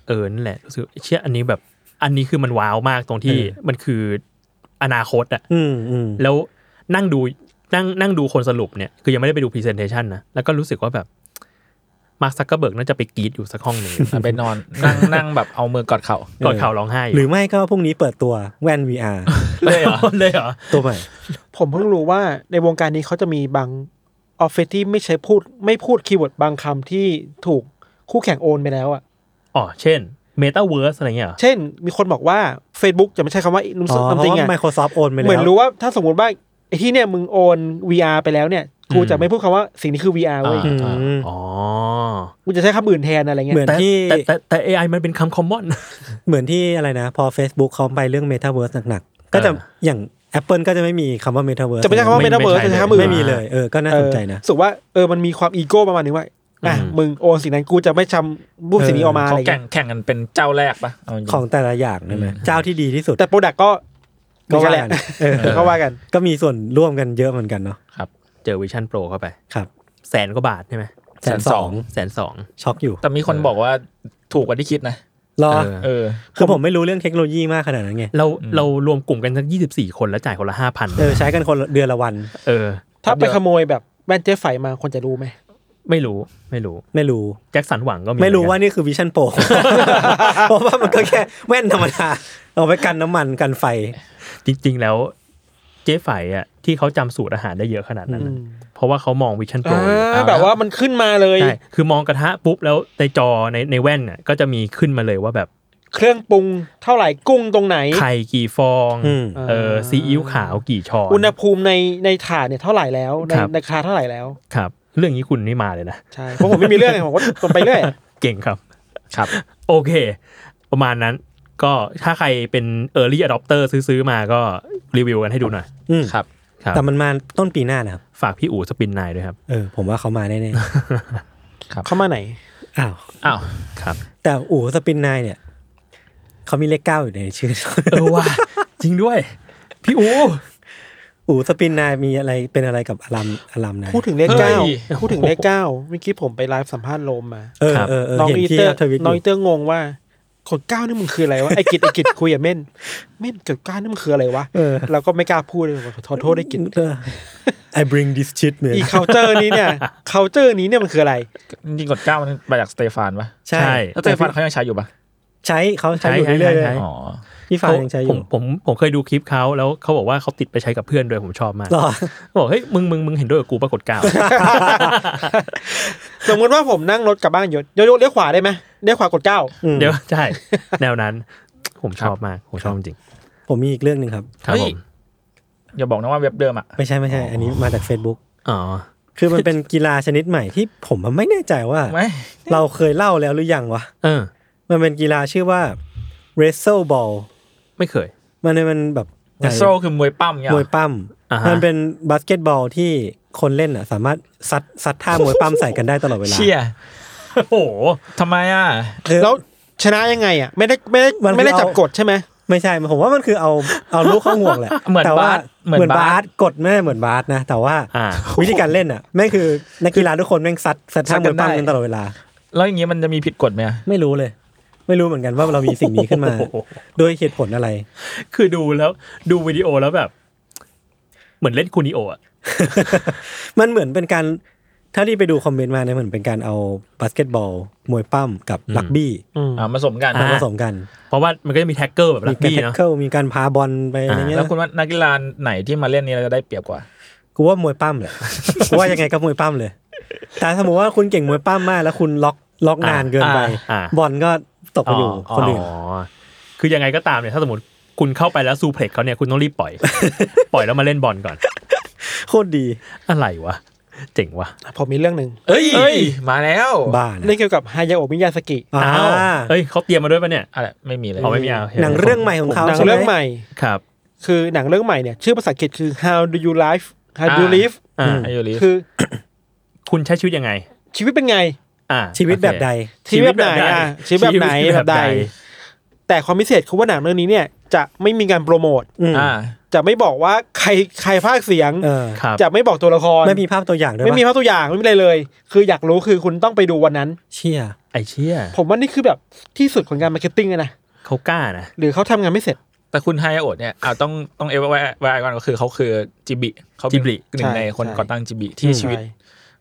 Speaker 3: เออ นั่นแหละรู้สึกเชื่ออันนี้แบบ อันนี้คือมันว้าวมากตรงที่
Speaker 2: เออ
Speaker 3: มันคืออนาคตอะ
Speaker 2: อืมอืม
Speaker 3: แล้วนั่งดูนั่งนั่งดูคนสรุปเนี่ย คือยังไม่ได้ไปดูพรีเซนเทชันนะ แล้วก็รู้สึกว่าแบบมาร์คซักเกอร์เบิร์กน่าจะไปกรีดอยู่สักห้องหนึ่ง
Speaker 4: อ่ะไปนอนนั่ง นั่งแบบเอามือกอดเข่าก
Speaker 3: อดเข่าร้องไห้ยู่
Speaker 2: หรือไม่ก็พรุ่งนี้เปิดตัวแว่น VR
Speaker 3: เลยเหรอ เลยเหรอ
Speaker 2: ตัวใหม่
Speaker 5: ผมเพิ่งรู้ว่าในวงการนี้เขาจะมีบางออฟฟิศที่ไม่ใช้พูดไม่พูดคีย์เวิร์ดบางคำที่ถูกคู่แข่งโอนไปแล้วอ่ะ
Speaker 3: อ๋อ เช่นเมตาเวิร์สอะไรเงี้ยเหรอ
Speaker 5: เช่น มีคนบอกว่า Facebook จะไม่ใช้คำว่านุ่ม
Speaker 2: อ๋
Speaker 5: ซุ
Speaker 2: อ
Speaker 5: ป
Speaker 2: เพ
Speaker 5: น้ำจริ
Speaker 2: ราะ
Speaker 5: ง
Speaker 2: ว่า
Speaker 5: อ่ะ
Speaker 2: Microsoft โอนไปแล้ว
Speaker 5: เหมือนรู้ว่าถ้าสมมติว่าไอ้ที่เนี่ยมึงโอน VR ไปแล้วเนี่ยกูจะไม่พูดคำว่าสิ่งนี้คือ VR เว้ย
Speaker 2: อืม
Speaker 3: อ๋อ
Speaker 5: กูจะใช้คำอื่นแทนอะไรเงี้
Speaker 2: เหมือย น
Speaker 3: แต่
Speaker 2: ที่
Speaker 3: แต่แต่แต่ AI มันเป็นคำคอมมอน
Speaker 2: เหมือนที่อะไรนะ พอ Facebook เขาไปเรื่อง Metaverse หนักๆ ก็จะ
Speaker 3: เออ
Speaker 2: อย่าง Apple ก็จะไม่มีคำว่า Metaverse
Speaker 5: จะไม่ใช้คำว่า
Speaker 3: ไม่
Speaker 5: เมตาเวิร์ส
Speaker 3: ไม่
Speaker 5: จะ
Speaker 3: ใช่
Speaker 5: ใช้คำอื่น
Speaker 2: ไม่มีเลยเออก็น่าสนใจนะ
Speaker 5: เออสุว่าเออมันมีความอีโก้ประมาณนึงว่าอ่ะ
Speaker 3: อืม
Speaker 5: มึงโอนสิ่งนั้นกูจะไม่จำบูปสิ่งนี้ออกมาอะ
Speaker 4: เขา
Speaker 5: ไร
Speaker 4: แข่
Speaker 5: เงี้
Speaker 4: ง
Speaker 5: ย
Speaker 4: แข่งกันเป็นเจ้าแรกปะเอาจริ
Speaker 2: ของแต่ละอย่างใช่ไหมเจ้าที่ดีที่สุด
Speaker 5: แต่โปรดักก็
Speaker 2: ก็ว่า
Speaker 5: แหละ
Speaker 2: กันเออ
Speaker 5: เออก็ว่ากัน
Speaker 2: ก็มีส่วนร่วมกันเยอะเหมือนกันเนาะ
Speaker 3: เจอวิชั่นโปรเข้าไป
Speaker 2: ครับ
Speaker 3: แสนกว่าบาทใช่ไหม
Speaker 2: แสนสอง
Speaker 3: แสนสอง
Speaker 2: ช็อกอยู่
Speaker 4: แต่มีคนบอกว่าถูกกว่าที่คิดนะ
Speaker 2: รอ
Speaker 3: เออ
Speaker 4: เออ
Speaker 2: คือผมไม่รู้เรื่องเทคโนโลยีมากขนาดนั้นไง
Speaker 3: เราเรารวมกลุ่มกันสักยี่สิบสี่คนแล้วจ่ายคนละห้าพัน
Speaker 2: เออใช้กันคนละเดือนละวัน
Speaker 3: เออ
Speaker 5: ถ้าไปขโมยแบบแว่นเจ๊ไฝมาคนจะรู้ไหม
Speaker 3: ไม่รู้ไม่รู้
Speaker 2: ไม่รู้
Speaker 3: แจ็คสันหวังก็มี
Speaker 2: ไม่รู้
Speaker 3: เหอนกัน
Speaker 2: ว่านี่คือวิชั่นโปร เพราะว่ามันก็แค่แว่นธรรมดาเอาไว้กันน้ำมันกันไฟ
Speaker 3: จริงๆ แล้วเจ๊ไฝอ่ะที่เขาจำสูตรอาหารได้เยอะขนาดนั้น
Speaker 5: อื
Speaker 3: อะ
Speaker 5: ม
Speaker 3: เพราะว่าเขามองวิชั่นโปร
Speaker 5: อ่าแบบว่ามันขึ้นมาเลย
Speaker 3: ใช่คือมองกระทะปุ๊บแล้วในจอในในแว่นน่ะก็จะมีขึ้นมาเลยว่าแบบ
Speaker 5: เครื่องปรุงเท่าไหร่กุ้งตรงไหน
Speaker 3: ไข่กี่ฟอง
Speaker 2: อืม
Speaker 3: เออซีอิ๊วขาวกี่ช้อน
Speaker 5: อุณหภูมิในในถาดเนี่ยเท่าไหร่แล้วใน
Speaker 3: ครับ
Speaker 5: ราคาเท่าไหร่แล้ว
Speaker 3: ครับ เรื่องนี้คุณไม่มาเลยนะ
Speaker 5: ใช่เพราะผมไม่มีเรื่องไงผมก็ตรงไปเรื่อย
Speaker 3: เก่งครับ
Speaker 4: ครับ
Speaker 3: โอเค ประมาณนั้นก็ถ้าใครเป็น Early Adopter ซื้อๆมาก็รีวิวกันให้ดูหน่อย
Speaker 2: อืม
Speaker 4: ครับ
Speaker 3: ครับ
Speaker 2: แต่มันมาต้นปีหน้านะครับ
Speaker 3: ฝากพี่อู๋สปินนายด้วยครับ
Speaker 2: เออ ผมว่าเขามาแน่
Speaker 5: เข้ามาไหน
Speaker 2: ๆ อ้าว
Speaker 4: อ้าว
Speaker 3: ครับ
Speaker 2: แต่อู๋สปินนายเนี่ย เขามีเลขเก้าอยู่ในชื่อ
Speaker 3: เออว่า จริงด้วย พี่อู๋
Speaker 2: อู๋สปินนายมีอะไรเป็นอะไรกับอลัมอลัมนะ
Speaker 5: พูดถึงเลขเก้าพูดถึงเลขเก้าเมื่อกี้ผมไปไลฟ์สัมภาษณ์โลมมา
Speaker 2: เออ
Speaker 3: ครับ
Speaker 2: เออเออ
Speaker 5: น้อง
Speaker 2: เห็น
Speaker 5: อี
Speaker 2: ที่
Speaker 5: เตอร์
Speaker 2: อัพทวิตอ
Speaker 5: น้อง
Speaker 2: ยู่
Speaker 5: อีเตอร์งงว่าเกดเก้านี่มึงคืออะไรวะไอ้กิจ ไอ้กิจคุยกับเม่นเม่นเกดเก้านี่มึงคืออะไรวะ
Speaker 2: เออ
Speaker 5: เราก็ไม่กล้าพูดเลยบอกขอโทษได้วย กิจ
Speaker 2: เออ I bring this shit เนี่ย
Speaker 5: อีเคาเจอร์นี้เนี่ยเคาเจอร์นี้เนี่ยมันคืออะไร
Speaker 4: จริงๆกดเก้ามันมาจากสเตฟานปะ
Speaker 2: ใช่
Speaker 3: ใช่
Speaker 4: แล้วสเตฟานเขายังใช้อยู่ปะ
Speaker 2: ใช้เขาใช้
Speaker 3: ใช้
Speaker 2: อยู่เรื่อยๆ
Speaker 3: ใช้
Speaker 2: เลย
Speaker 4: อ๋อ
Speaker 2: พี่ฟางยังใช้อ
Speaker 3: ผม
Speaker 2: ยู่
Speaker 3: ผมผมเคยดูคลิปเขาแล้วเขาบอกว่าเขาติดไปใช้กับเพื่อนด้วยผมชอบมาก
Speaker 2: หรอ
Speaker 3: เขาบอกเฮ้ยมึงมึงมึงเห็นด้วยกับกูปรากฏกล่าว
Speaker 5: สมมติว่าผมนั่งรถกลับบ้านยศยศเลี้ยวขวาได้ไหมเลี้ยวขวากดเก้า
Speaker 3: เดี๋ยวใช่ แนวนั้น ผมชอบมาก ผมชอบจริง
Speaker 2: ผมมีอีกเรื่องหนึ่งครับ
Speaker 3: ครับ
Speaker 4: เฮ้ย
Speaker 3: ผม
Speaker 4: อย่าบอกนะว่าเว็บเดิมอ่ะ
Speaker 2: ไม่ใช่ไม่ใช่ อันนี้มาจาก Facebook
Speaker 3: อ๋อ
Speaker 2: คือมันเป็นกีฬาชนิดใหม่ที่ผมไม่แน่ใจว่า
Speaker 4: ไม่
Speaker 2: เราเคยเล่าแล้วหรือยังวะ
Speaker 3: เออ
Speaker 2: มันเป็นกีฬาชื่อว่า wrestle ball
Speaker 3: ไม่เคย
Speaker 2: มันเป็นแบบ
Speaker 4: เนโซคือมวยปั้มเนี่ย
Speaker 2: มวยปั้ม
Speaker 3: อ่าฮะ
Speaker 2: มันเป็นบาสเกตบอลที่คนเล่นอ่ะ สามารถซัดซัดท่ามวยปั้มใส่กันได้ตลอดเวลา
Speaker 4: เชี่ย
Speaker 3: โอ้โห
Speaker 4: ทำไมอ่ะ
Speaker 2: คือ
Speaker 5: แล้วชนะยังไงอ่ะไม่ได้ไม่ได้
Speaker 2: มันคือ
Speaker 5: ไม่ได้
Speaker 2: เอา
Speaker 5: จับกดใช่ไหม
Speaker 2: ไม่ใช่ ผมว่ามันคือเอาเอาลูกเข้าห่วงแหละ
Speaker 4: เหมือน
Speaker 2: แต่ว่า
Speaker 4: บาส
Speaker 2: เห
Speaker 4: เหมื
Speaker 2: มื
Speaker 4: อ
Speaker 2: อน
Speaker 4: น
Speaker 2: บา
Speaker 4: บา
Speaker 2: ส
Speaker 4: ส
Speaker 2: กดไม่ได้เหมือนบาสนะ แต่ว่า
Speaker 3: อ่า
Speaker 2: วิธีการเล่นอ่ะแม่งคือนักกีฬาทุกคนแม่งซัดซัดท่ามวยปั้มกันตลอดเวลา
Speaker 4: แล้วอย่างงี้มันจะมีผิดกฎไหมอะ
Speaker 2: ไม่รู้เลย ไม่รู้เหมือนกันว่าเรามีสิ่งนี้ขึ้นมา โดยเหตุผลอะไร
Speaker 3: คือดูแล้วดูวิดีโอแล้วแบบ เหมือนเล่นคูนิโออะ
Speaker 2: มันเหมือนเป็นการ ถ้าที่ไปดูคอมเมนต์มาเนี่ยเหมือนเป็นการเอาบาสเกตบอล มวยปั้มกับ
Speaker 3: อืม
Speaker 2: รักบี้
Speaker 5: อืม
Speaker 4: อ่าผสมกัน
Speaker 3: อ่า
Speaker 2: มาผสมกัน
Speaker 3: เพราะว่ามันก็จะมีแท็กเกอร์แบบลั
Speaker 2: มี
Speaker 3: ก
Speaker 2: การ
Speaker 3: บี้
Speaker 2: แท็ก
Speaker 3: เนาะ
Speaker 2: เกิลมีการพาบอลไปอะไรเงี้ย
Speaker 4: แล้วคุณว่านักกีฬาไหนที่มาเล่นนี้เราจะได้เปรียบกว่า
Speaker 2: กูว่ามวยปั้มแหละ กูว่ายังไงก็มวยปั้มเลย แต่สมมติว่าคุณเก่งมวยปั้มมาก แล้วคุณล็อกล็อกนานเกินไป
Speaker 3: อ่า
Speaker 2: บอลก็ตกไปอยู่คนอื่น
Speaker 3: คือยังไงก็ตามเนี่ยถ้าสมมติคุณเข้าไปแล้วซูเพล็กเขาเนี่ยคุณต้องรีบปล่อย ปล่อยแล้วมาเล่นบอลก่อน
Speaker 2: โคตรดี
Speaker 3: อะไรวะ เจ๋งวะ
Speaker 5: ผมมีเรื่องหนึ่ง
Speaker 4: เอ้ยมาแล้ว
Speaker 2: บ้านะ
Speaker 5: เรื่องเกี่ยวกับฮายาโอะมิยาสกิ
Speaker 2: อ่า
Speaker 3: เฮ้ยเขาเตรียมมาด้วยปะเนี่ย
Speaker 4: อะไรไม่มีเลย
Speaker 3: เอาไม่มีเอา
Speaker 2: หนังเรื่องใหม่ของเขา
Speaker 5: หนัง
Speaker 2: ใช่ไหม
Speaker 5: เรื่องใหม่
Speaker 3: ครับ
Speaker 5: คือหนังเรื่องใหม่เนี่ย ชื่อภาษาอังกฤษคือ how do you live how do you live
Speaker 3: อ่า
Speaker 4: อายุริ
Speaker 5: คือ
Speaker 3: คุณใช้ชีวิตยังไง
Speaker 5: ชีวิตเป็นไง
Speaker 3: อ่า
Speaker 2: ชีวิตแบบใด
Speaker 5: ชีวิตแบบไหนอ่ะชีวิตแบบไหนแบบใด แต่ความพิเศษคือว่าหนังเรื่องนี้เนี่ยจะไม่มีการโปรโมท
Speaker 2: อืม
Speaker 4: อ่า
Speaker 5: จะไม่บอกว่าใครใครภาคเสียง
Speaker 2: เออ
Speaker 3: ครับ
Speaker 5: จะไม่บอกตัวละคร
Speaker 2: ไม่มีภาพตัวอย่างด้วย
Speaker 5: ไม่มี
Speaker 2: ปะ
Speaker 5: ภาพตัวอย่างไม่มีอะไรเลย คืออยากรู้คือคุณต้องไปดูวันนั้น
Speaker 2: เชี่ย
Speaker 3: ไอเชี่ย
Speaker 5: ผมว่านี่คือแบบที่สุดของการมาร์เก็ตติ้งอะนะ
Speaker 3: เขากล้านะ
Speaker 5: หรือเขาทำงานไม่เสร็จ
Speaker 4: แต่คุณไฮโอดเนี่ยอ่าต้องต้องเอวไว้ไว้ก่อนก็คือเขาคือจิบิเขาเป็น
Speaker 3: Ghibli
Speaker 4: หนึ่งใน
Speaker 5: ใช่
Speaker 4: คน
Speaker 5: ใช่
Speaker 4: ก่อตั้งจิบิที่ชีวิต
Speaker 5: ใช่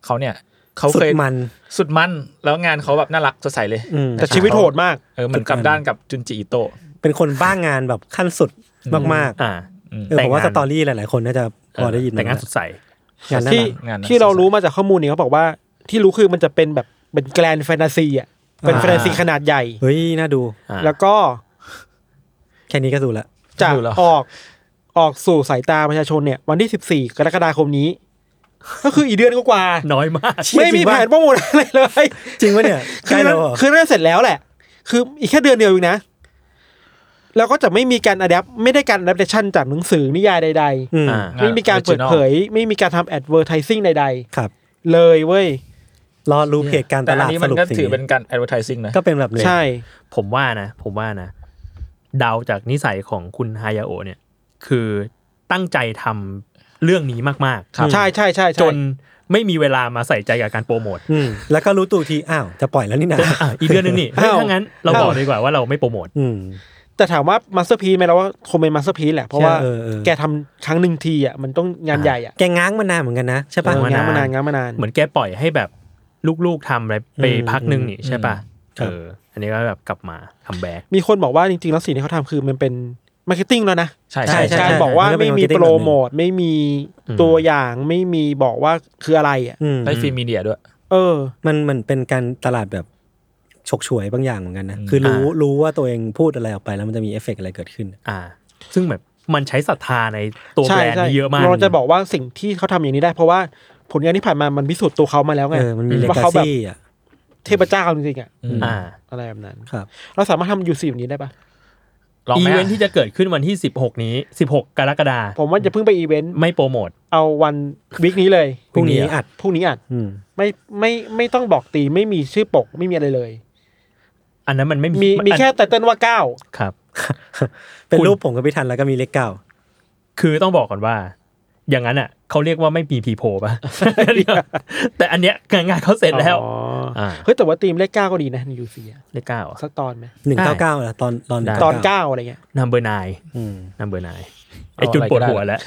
Speaker 4: เขาเนี่ยเขา
Speaker 2: สุ
Speaker 4: เค
Speaker 2: ด
Speaker 4: ย
Speaker 2: มัน
Speaker 4: สุดมันแล้วงานเขาแบบน่ารักสดใสเลย
Speaker 2: อืม
Speaker 5: แต่ชีวิตโหดมาก
Speaker 4: เออเหมือนกลับด้านกับจุนจิอิโตะ
Speaker 2: เป็นคนบ้างงานแบบขั้นสุดมาก
Speaker 3: อ่า
Speaker 2: ๆเออ
Speaker 3: แต่
Speaker 2: ผมว่า
Speaker 3: งาน
Speaker 2: สตอรี่หลายๆ คนน่าจะพอได้ยิน
Speaker 3: แต่งาน
Speaker 2: มา
Speaker 3: สดใส
Speaker 2: งานนั้น
Speaker 5: ที่
Speaker 2: อะ
Speaker 4: งานนั้น
Speaker 5: ที่เรา
Speaker 4: สดใส
Speaker 5: รู้มาจากข้อมูลเนี่ยเขาบอกว่าที่รู้คือมันจะเป็นแบบเป็นแกรนด์แฟนตาซีอ่ะเป็น
Speaker 3: อ่า
Speaker 5: แฟนตาซีขนาดใหญ่
Speaker 2: เฮ้ย น่าดู
Speaker 3: อ่า
Speaker 5: แล้วก็
Speaker 2: แค่นี้ก็ดูละ
Speaker 5: จะ
Speaker 4: ดูแล้ว
Speaker 5: ออกออกสู่สายตาประชาชนเนี่ย วันที่ 14 กรกฎาคมนี้ ก็คืออีกเดือนกว่า
Speaker 3: น้อยมาก
Speaker 5: ๆไม่มีแผนโปรโมทอะไรเลย
Speaker 2: จริงปะเนี่ยใก
Speaker 5: คื
Speaker 2: ล้
Speaker 5: อ
Speaker 2: แล้วเหรอ
Speaker 5: คือน่าจะเสร็จแล้วแหละ คืออีกแค่เดือนเดียวเองนะ แล้วก็จะไม่มีการอัดแอปไม่ได้การอัดแอปชั่นจากหนังสือนิยายใด
Speaker 2: ม
Speaker 3: อ่า
Speaker 5: ๆ ไม่มีการ
Speaker 4: original
Speaker 5: เปิดเผย ไม่มีการทำแอดเวอร์ทิซิ่งใด
Speaker 2: ครับ
Speaker 5: ๆ เลยเว้ย
Speaker 2: รอรู้เพจการต
Speaker 4: แต่อัน
Speaker 2: ลาด
Speaker 4: นี้
Speaker 2: ส
Speaker 4: มัน
Speaker 2: รุป
Speaker 4: ก็
Speaker 2: สิ่ง
Speaker 4: ถือเป็น
Speaker 2: นี้
Speaker 4: การ advertising นะ
Speaker 2: ก็เป็นแบบนี้
Speaker 5: ใช่
Speaker 3: ผมว่านะ ผมว่านะ เดาจากนิสัยของคุณฮายาโอะเนี่ย คือตั้งใจทำเรื่องนี้มากๆ
Speaker 5: ใช่ใช่ใช่ใช่
Speaker 3: จนไม่มีเวลามาใส่ใจกับการโปรโมท
Speaker 2: อืมแล้วก็รู้ตัวทีอ้าว จะปล่อยแล้วนี่นะ
Speaker 3: จนอ่ะอีกเดือนนึงนี่เฮ้ยถ้างั้นเราบอกดีกว่าว่าเราไม่โปรโมท
Speaker 2: อืม
Speaker 5: แต่ถามว่ามาสเตอร์พีไหมเราว่าคงเป็นมาสเตอร์พีแหละ เพราะว่า
Speaker 2: ใช่เออเออ
Speaker 5: แกทำครั้งหนึ่งทีอ่ะ มันต้องงานใหญ่อ่ะ
Speaker 2: แกง้างมานานเหมือนกันนะใช่ปะ
Speaker 3: เออ
Speaker 5: งานมานานงานมานาน
Speaker 3: เหมือนแกปล่อยให้แบบลูกๆทำอะไรไป
Speaker 2: อืม
Speaker 3: พักนึงนี่ใช่ป่ะ
Speaker 2: ครั
Speaker 3: เอบ อ อันนี้ก็แบบกลับมาคัมแบ็ก
Speaker 5: มีคนบอกว่าจริงๆ แล้วสิ่งที่เขาทำคือมันเป็นมาร์เก็ตติ้งแล้วนะ
Speaker 4: ใช่
Speaker 2: ใช่
Speaker 4: ใช่
Speaker 2: ใช่
Speaker 4: ใช่
Speaker 5: การบอกว่า
Speaker 2: มันก็
Speaker 5: ไม่มี
Speaker 2: เป็น marketing
Speaker 5: โปรโมทไม่มีตัวอย่างไม่มีบอกว่าคืออะไรอ่ะ
Speaker 2: อืม
Speaker 4: ได้ฟรีมีเดียด้วย
Speaker 5: เออ
Speaker 2: มันมันเป็นการตลาดแบบฉกฉวยบางอย่างเหมือนกันนะคือรู้รู้ว่าตัวเองพูดอะไรออกไปแล้วมันจะมีเอฟเฟกต์อะไรเกิดขึ้น
Speaker 3: อ่า ซึ่งแบบมันใช้ศรัทธาในตัวแบ
Speaker 5: ใช่
Speaker 3: รนด์
Speaker 5: ใช่
Speaker 3: นี้เยอะมาก
Speaker 5: เราจะบอกว่าสิ่งที่เขาทำอย่างนี้ได้ เพราะว่าผลงานที่ผ่านมามันพิสูจน์ตัวเขามาแล้วไง
Speaker 2: เออมันมี
Speaker 5: ว่าก
Speaker 2: เลา
Speaker 5: เขาแบบ
Speaker 2: ซี่อ่ะ
Speaker 5: เทพเจ้าจริงๆอ่ะ
Speaker 3: อ่า
Speaker 5: อะไรแบบนั้น
Speaker 2: ครับ
Speaker 5: เราสามารถทำยูซีแบบนี้ได้ปะ
Speaker 4: ลอง
Speaker 3: อี
Speaker 4: ไหม
Speaker 3: เวนท์ที่จะเกิดขึ้นวันที่ 16 นี้ 16 กรกฎา
Speaker 5: ผมว่าจะเพิ่งไปอีเวนต์
Speaker 3: ไม่โปรโมท
Speaker 5: เอาวันวิกนี้เลย
Speaker 2: พรุ่งนี้อัด
Speaker 5: พรุ่งนี้อัด
Speaker 2: อืม
Speaker 5: ไม่ไม่ไม่ต้องบอกตีไม่มีชื่อปกไม่มีอะไรเลย
Speaker 3: อันนั้นมันไม่
Speaker 5: มีมี
Speaker 3: อัน
Speaker 5: แค่ไตเติ้ลว่าเก้า
Speaker 3: ครับ
Speaker 2: เป็น
Speaker 3: คุณ
Speaker 2: รูปผมกับพี่ทันแล้วก็มีเลขเก้า
Speaker 3: คือต้องบอกก่อนว่า อย่างนั้นอ่ะเขาเรียกว่าไม่มีพีโพ ป่ะ แต่อันเนี้ยงานเขาเสร็จแล้ว
Speaker 5: อ๋อ
Speaker 3: อ่า
Speaker 5: เฮ้ยแต่ว่าตีมเลขเก้าก็ดีนะในยูซี
Speaker 3: เลขเก้าเหรอ
Speaker 5: สักตอนไหม
Speaker 2: หนึ่ง
Speaker 3: ได้
Speaker 2: เก้าเก้าละตอนตอน
Speaker 3: ได้
Speaker 5: ตอนเก้าอะไรเงี้ย
Speaker 3: นัมเบอร์นาย
Speaker 2: อืม
Speaker 3: นัมเบอร์นายไอจุดปวดหัวแล้ว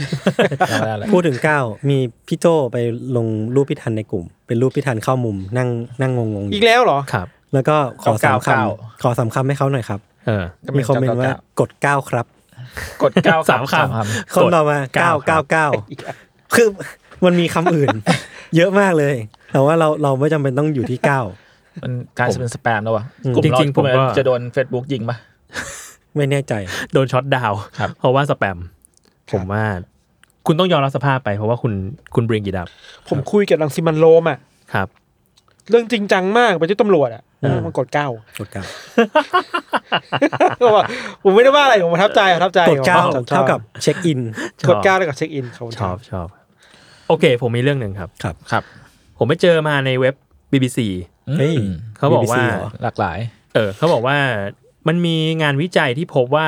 Speaker 4: ได้ได้ได้
Speaker 2: พูดถึงเก้ามีพี่โจไปลงรูปพี่ทันในกลุ่ม เป็นรูปพี่ทันเข้ามุมนั่งนั่งงงงๆอ
Speaker 5: อี
Speaker 2: ยู่
Speaker 5: กแล้วเหรอ
Speaker 3: ครับ
Speaker 2: แล้วก็ขอสามค
Speaker 4: เก้า
Speaker 2: ำ
Speaker 4: เก้า
Speaker 2: ขอสามคำให้เขาหน่อยครับ
Speaker 3: เออ
Speaker 4: ก็
Speaker 2: มีคอมเมนต์ว่ากดเก้าครับ
Speaker 4: กดเก้า
Speaker 3: สามคำ
Speaker 4: รับ
Speaker 2: คนเรามา
Speaker 3: เก้า
Speaker 2: เก้า
Speaker 3: ครั
Speaker 2: เก้า
Speaker 3: บ
Speaker 2: เก้าคือมันมีคำอื่น เยอะมากเลย แต่ว่าเราเราไม่จำเป็นต้องอยู่ที่เก้า
Speaker 4: มันกลายเป็นสแปมแล้ววะ
Speaker 2: อืม
Speaker 4: กลุ่ม
Speaker 3: จริงๆ
Speaker 4: เา
Speaker 3: ผมว่า
Speaker 4: จะโดน Facebook ยิงปะ
Speaker 2: ไม่แน่ใจ
Speaker 3: โดนช็อตดาวน์
Speaker 4: ครับ
Speaker 3: เพราะว่าสแปม ผมว่า คุณต้องยอมรับสภาพไปเพราะว่าคุณคุณบริงกิดับ
Speaker 5: ผมคุยกับรังสิมันโรมอ่ะ
Speaker 3: ครับ
Speaker 5: เรื่องจริงจังมากไปที่ตำรวจอ่ะมันกดเก้าก
Speaker 2: ดเก้าก
Speaker 5: บอกผมไม่ได้ว่าอะไรผมประทับใจประทับใจ
Speaker 2: กดเก้า
Speaker 5: ผมชอบ
Speaker 2: เท่ากับเช็คอิน
Speaker 5: กดเก้าแล้วกับเช็คอินเขา
Speaker 3: ชอบชอบ โอเค ผมมีเรื่องหนึ่งครับ
Speaker 4: ครับ
Speaker 3: ผมไปเจอมาในเว็บ BBC
Speaker 2: เฮ้ย
Speaker 3: เขาบอก
Speaker 2: BBC
Speaker 3: ว่า
Speaker 2: เหรอ
Speaker 4: หลากหลาย
Speaker 3: เออเขาบอกว่ามันมีงานวิจัยที่พบว่า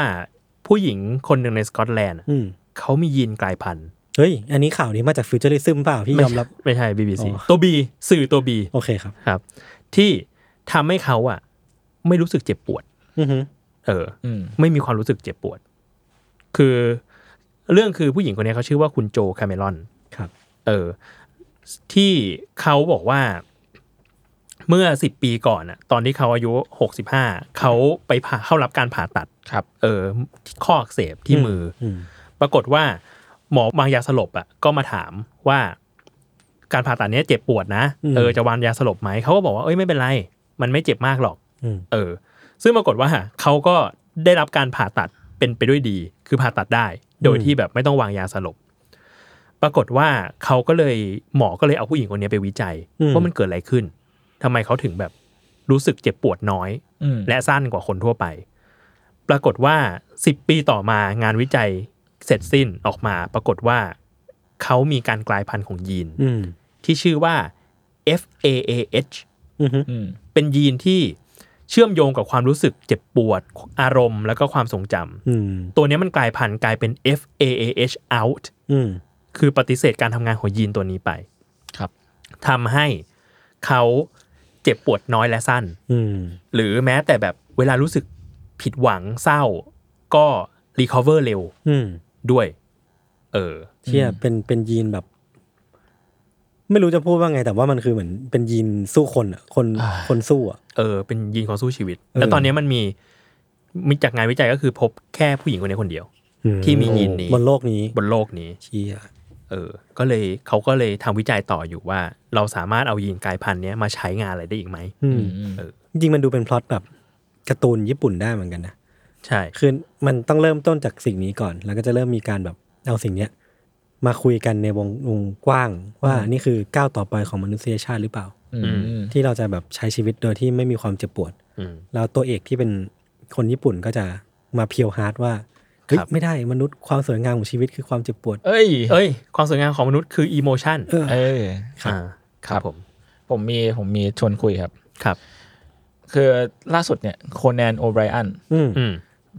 Speaker 3: ผู้หญิงคนหนึ่งในสกอตแลนด์อะ
Speaker 2: อืม
Speaker 3: เขามียีนกลายพันธุ์
Speaker 2: เฮ้ย อันนี้ข่าวนี้มาจากฟิวเจอริซึมเปล่าพี่ยอมรับ
Speaker 3: ไม่ใช่ BBC
Speaker 2: อ๋อ
Speaker 3: ตัวบีสื่อตัวบี
Speaker 2: โอเคครับ
Speaker 3: ครับ ที่ทำให้เขาอะไม่รู้สึกเจ็บปวด
Speaker 2: อือหือ
Speaker 3: เออ
Speaker 4: อืม
Speaker 3: ไม่มีความรู้สึกเจ็บปวด คือเรื่องคือผู้หญิงคนนี้เขาชื่อว่าคุณโจคาเมรอน
Speaker 2: ครับ
Speaker 3: เออ ที่เขาบอกว่า เมื่อสิบปีก่อนอะตอนที่เขาอายุหกสิบห้าเขาไปผ่าเข้ารับการผ่าตัด
Speaker 4: ครับ
Speaker 3: เออข้ออักเสบที่มืออ
Speaker 2: ม
Speaker 3: ปรากฏว่า หมอวางยาสลบอ่ะก็มาถามว่า การผ่าตัดเนี้ยเจ็บปวดนะ
Speaker 2: อืม
Speaker 3: เออจะวางยาสลบไหมเขาก็บอกว่าเอ้ยไม่เป็นไร มันไม่เจ็บมากหรอก
Speaker 2: อืม
Speaker 3: เออ ซึ่งปรากฏว่าเขาก็ได้รับการผ่าตัดเป็นไปด้วยดี คือผ่าตัดได้ โดย
Speaker 2: อืม
Speaker 3: ที่แบบไม่ต้องวางยาสลบ ปรากฏว่าเขาก็เลยหมอก็เลยเอาผู้หญิงคนนี้ไปวิจัยว่ามันเกิดอะไรขึ้นทำไมเขาถึงแบบรู้สึกเจ็บปวดน้อย
Speaker 4: อืม
Speaker 3: และสั้นกว่าคนทั่วไป ปรากฏว่า 10 ปีต่อมางานวิจัยเสร็จสิ้นออกมา ปรากฏว่าเขามีการกลายพันธุ์ของยีน
Speaker 2: อืม
Speaker 3: ที่ชื่อว่า FAAH
Speaker 2: อือฮึ
Speaker 4: อืม
Speaker 3: เป็นยีนที่เชื่อมโยงกับความรู้สึกเจ็บปวด อารมณ์แล้วก็ความทรงจำ
Speaker 2: อืม
Speaker 3: ตัวเนี้ยมันกลายพันธุ์กลายเป็น FAAH out
Speaker 2: อืม
Speaker 3: คือปฏิเสธการทำงานของยีนตัวนี้ไป
Speaker 4: ครับ
Speaker 3: ทำให้เขาเจ็บปวดน้อยและสั้น
Speaker 2: อืม
Speaker 3: หรือแม้แต่แบบเวลารู้สึกผิดหวังเศร้า ก็รีคอเวอร์เร็ว
Speaker 2: อืม
Speaker 3: ด้วย เออ
Speaker 2: เชี่ยเป็นเป็นยีนแบบ ไม่รู้จะพูดว่าไง แต่ว่ามันคือเหมือนเป็นยีนสู้คนอะคน
Speaker 4: อ่า
Speaker 2: คนสู้อะ
Speaker 3: เออ เป็นยีนของสู้ชีวิต
Speaker 2: เออ
Speaker 3: แล้วตอนนี้มันมีมีจากงานวิจัยก็คือพบแค่ผู้หญิงคนนี้คนเดียว ที่มียีนนี้
Speaker 2: บนโลกนี้
Speaker 3: บนโลกนี้
Speaker 2: เชี่ย
Speaker 3: เออ ก็เลยเขาก็เลยทำวิจัยต่ออยู่ว่า เราสามารถเอายีนกลายพันธุ์เนี้ยมาใช้งานอะไรได้อีกไหม
Speaker 2: อืม
Speaker 4: อืม
Speaker 3: เออ
Speaker 2: จริงๆมันดูเป็นพล็อตแบบการ์ตูนญี่ปุ่นได้เหมือนกันนะ
Speaker 3: ใช่
Speaker 2: คือมันต้องเริ่มต้นจากสิ่งนี้ก่อน แล้วก็จะเริ่มมีการแบบเอาสิ่งเนี้ยมาคุยกันในวงวงกว้าง ว่านี่คือก้าวต่อไปของมนุษยชาติหรือเปล่า
Speaker 4: อืม
Speaker 2: ที่เราจะแบบใช้ชีวิตโดยที่ไม่มีความเจ็บปวด
Speaker 3: อืม
Speaker 2: แล้วตัวเอกที่เป็นคนญี่ปุ่นก็จะมาเพียวฮาร์ดว่าเฮ้ย
Speaker 3: ครับ
Speaker 2: ไม่ได้มนุษย์ความสวยงามของชีวิตคือความเจ็บปวด
Speaker 4: เอ้ย
Speaker 3: เอ้ย ความสวยงามของมนุษย์คืออีโมชัน
Speaker 2: เออ
Speaker 4: เอ้ย
Speaker 3: ครับค
Speaker 4: ครั
Speaker 3: รับบ ผม
Speaker 4: ผมมีผมมีชวนคุยครับ
Speaker 3: ครับ
Speaker 4: คือล่าสุดเนี่ยโคแนนโอไบรอัน
Speaker 2: อืม
Speaker 3: อืม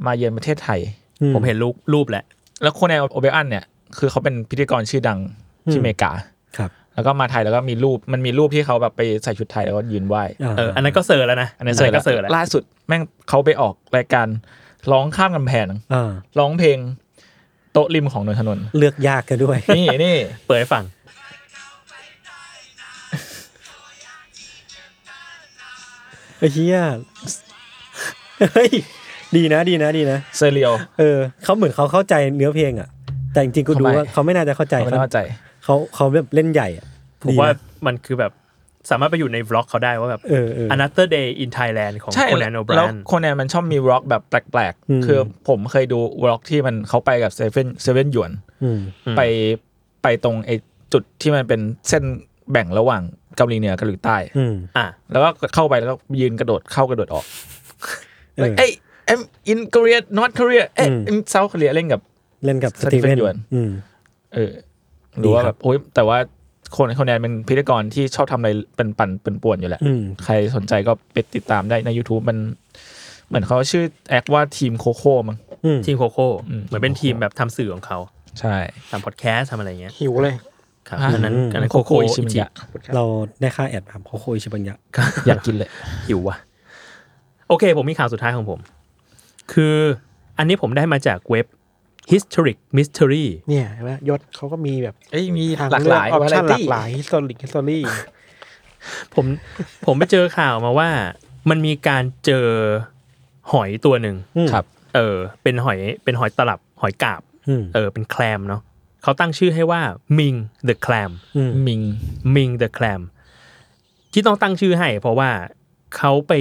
Speaker 4: มาเยือนประเทศไทย
Speaker 2: อื
Speaker 3: ผมเห็นรูปรูปแล้ว
Speaker 4: แล้วโคแนนโอไบรอันเนี่ยคือเขาเป็นพิธีกรชื่อดังที่อเมริกา
Speaker 2: ครับ
Speaker 4: แล้วก็มาไทยแล้วก็มีรูปมันมีรูปที่เขาแบบไปใส่ชุดไทยแล้วก็ยืนไหว
Speaker 2: า
Speaker 3: เออ อันนั้นก็เซอร์แล้วนะ
Speaker 4: อันนี้
Speaker 3: เซอ
Speaker 4: เสิ
Speaker 3: ร์ก็เซอ
Speaker 4: ร์ฟ
Speaker 3: ร์
Speaker 4: แล้
Speaker 3: แล้ว
Speaker 4: วล่าสุดแม่งเขาไปออกรายการร้องข้ามกำแพง
Speaker 2: อ่า
Speaker 4: ร้องเพลง โต๊ะริมของนนทนนท์
Speaker 2: เลือกยากกันด้วย
Speaker 4: นี่ นี่
Speaker 3: เปิดให้ฟัง
Speaker 2: ไอ้เฮียเฮ้ย ดีนะดีนะดีนะ
Speaker 4: เซเรียล
Speaker 2: เออเขาเหมือนเขาเข้าใจเนื้อเพลงอะแต่จริงๆกูดู
Speaker 4: ทำไม
Speaker 2: ว่าเขาไม่น่าจะเข้าใจ
Speaker 4: ไม่ได้เข้าใจ
Speaker 2: เขาเขาแบบเล่นใหญ่อะ
Speaker 3: ผม
Speaker 2: ดี
Speaker 3: ว่า
Speaker 2: นะ
Speaker 3: มันคือแบบสามารถไปอยู่ในบล็อกเขาได้ว่าแบบ
Speaker 2: เออเออ
Speaker 3: Another Day in Thailand ของ
Speaker 4: ใช่
Speaker 3: โคนันโอไบร
Speaker 4: แล้ว
Speaker 3: อัน
Speaker 4: โคแนนมันชอบมีร็อกแบบแปลก
Speaker 2: อืม
Speaker 4: ๆ คือผมเคยดูร็อกที่มันเขาไปกับเซเว่นเซเว่นหยวน
Speaker 2: อืม
Speaker 4: ไปไปตรงไอ้จุดที่มันเป็นเส้นแบ่งระหว่างเกาหลีเหนือกับเกาหลีใต้
Speaker 2: อืม
Speaker 3: อ่ะ
Speaker 4: แล้วก็เข้าไปแล้วก็ยืนกระโดดเข้ากระโดดออก
Speaker 2: เออ
Speaker 4: เอ้ย I'm in Korea not Korea เอ้ย
Speaker 2: อืม
Speaker 4: I'm South Korea เล่นกับ
Speaker 2: เล่นกับส
Speaker 4: สตี
Speaker 2: ตี
Speaker 4: เฟน
Speaker 2: เวน
Speaker 4: หยวน
Speaker 2: อืม
Speaker 4: เออหรือว่าแบบโอ้ยแต่ว่าคนคนแนนเป็นพิธีกรที่ชอบทำอะไรเป็นปั่นเป็นป่วนอยู่แหละ
Speaker 2: อืม
Speaker 4: ใครสนใจก็ไปติดตามได้ใน YouTube มัน เหมือนเขาชื่อแอคว่าทีมโคโค่มั้ง
Speaker 2: อืม
Speaker 3: ทีมโคโค่
Speaker 4: อืม
Speaker 3: เหมือนเป็นทีมแบบทำสื่อของเขา
Speaker 4: ใช่
Speaker 3: ทำพอดแคสต์ทำอะไรเงี้ย
Speaker 5: หิวเลย
Speaker 3: ครับ
Speaker 4: อ่ะ
Speaker 3: อันนั้นอันนั้นโค
Speaker 4: โคโค่
Speaker 3: โค่
Speaker 4: อิชิ
Speaker 3: อิ
Speaker 4: มิ
Speaker 3: จิ
Speaker 4: ยะ
Speaker 2: เราได้ค่าแอดครับโคโคอิชิบัญญะ
Speaker 4: อยากกินเลย
Speaker 3: หิวว่ะ โอเค ผมมีข่าวสุดท้ายของผม คืออันนี้ผมได้มาจากเว็บ historic mystery
Speaker 5: เนี่ยเห็นไหมยศเขาก็มีแบบ
Speaker 4: เอ้ยมี
Speaker 5: ทาง
Speaker 4: หลาก
Speaker 5: เลื
Speaker 4: ห
Speaker 5: อก
Speaker 4: ลาย
Speaker 5: ออปชั่นหลา
Speaker 4: ตี้
Speaker 5: กหลายฮิสตอริกฮิสตอรี่
Speaker 3: ผมผมไปเจอข่าวมาว่า มันมีการเจอหอยตัวหนึ่ง
Speaker 4: ครับ
Speaker 3: เออ เป็นหอย เป็นหอยตลับ หอยกาบ
Speaker 2: อืม
Speaker 3: เออ เป็นแคลมเนาะเขาตั้งชื่อให้ว่า Ming the Clam
Speaker 2: อืม
Speaker 4: มิง
Speaker 3: Ming the Clam ที่ต้องตั้งชื่อให้ เพราะว่าเขาไป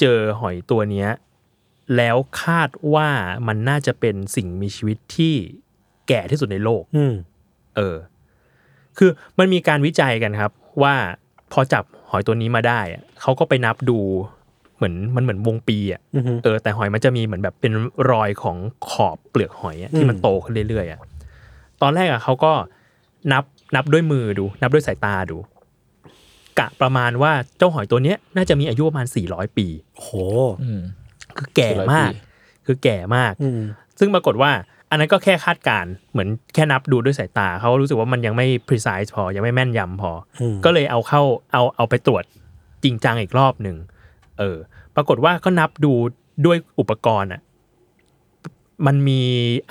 Speaker 3: เจอหอยตัวเนี้ย แล้วคาดว่ามันน่าจะเป็นสิ่งมีชีวิตที่แก่ที่สุดในโลก
Speaker 2: อืม
Speaker 3: เออ คือมันมีการวิจัยกันครับ ว่าพอจับหอยตัวนี้มาได้อะเขาก็ไปนับดูเหมือนมันเหมือนวงปีอ่ะ
Speaker 2: อืม
Speaker 3: เออแต่หอยมันจะมีเหมือนแบบเป็นรอยของขอบเปลือกหอยอะที่มัน
Speaker 2: อืม
Speaker 3: โตขึ้นเรื่อยๆอะตอนแรกอะเขาก็นับนับด้วยมือดู นับด้วยสายตาดู กะประมาณว่าเจ้าหอยตัวเนี้ยน่าจะมีอายุประมาณ 400 ปี
Speaker 2: โห
Speaker 4: อืม
Speaker 3: คือแก่มาก
Speaker 4: 400ปี
Speaker 3: คือแก่มาก
Speaker 2: อืม
Speaker 3: ซึ่งปรากฏว่า อันนั้นก็แค่คาดการณ์เหมือนแค่นับดูด้วยสายตา เขารู้สึกว่ามันยังไม่ precise พอ ยังไม่แม่นยำพอ
Speaker 2: อืม
Speaker 3: ก็เลยเอาเข้าเอาเอาไปตรวจจริงจังอีกรอบหนึ่ง เออ ปรากฏว่าก็นับดูด้วยอุปกรณ์อะ มันมี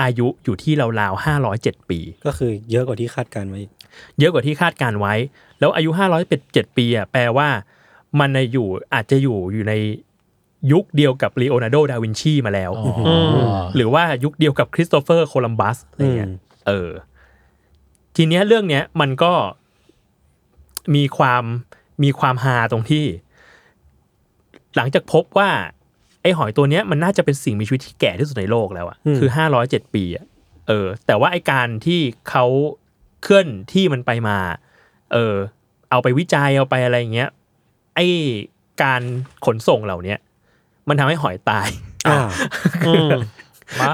Speaker 3: อายุอยู่ที่ราวๆห้าร้อยเจ็ดปี
Speaker 2: ก็คือเยอะกว่าที่คาดการไว้อีก
Speaker 3: เยอะกว่าที่คาดการไว้ แล้วอายุ 577 ปีอ่ะแปลว่า มันน่ะอยู่อาจจะอยู่อยู่ในยุคเดียวกับลีโอนาร์โด ดาวินชีมาแล้ว หรือว่ายุคเดียวกับคริสโตเฟอร์ โคลัมบัสอะไรเงี้ย เออ ทีเนี้ยเรื่องเนี้ยมันก็มีความมีความฮาตรงที่ หลังจากพบว่า ไอ้หอยตัวเนี้ยมันน่าจะเป็นสิ่งมีชีวิตที่แก่ที่สุดในโลกแล้วอะคือห้าร้อยเจ็ดปีอะเออ แต่ว่าไอ้การที่เขาเคลื่อนที่มันไปมา เออ เอาไปวิจัยเอาไปอะไรอย่างเงี้ย ไอ้การขนส่งเหล่าเนี้ยมันทำให้หอยตาย
Speaker 2: อ่า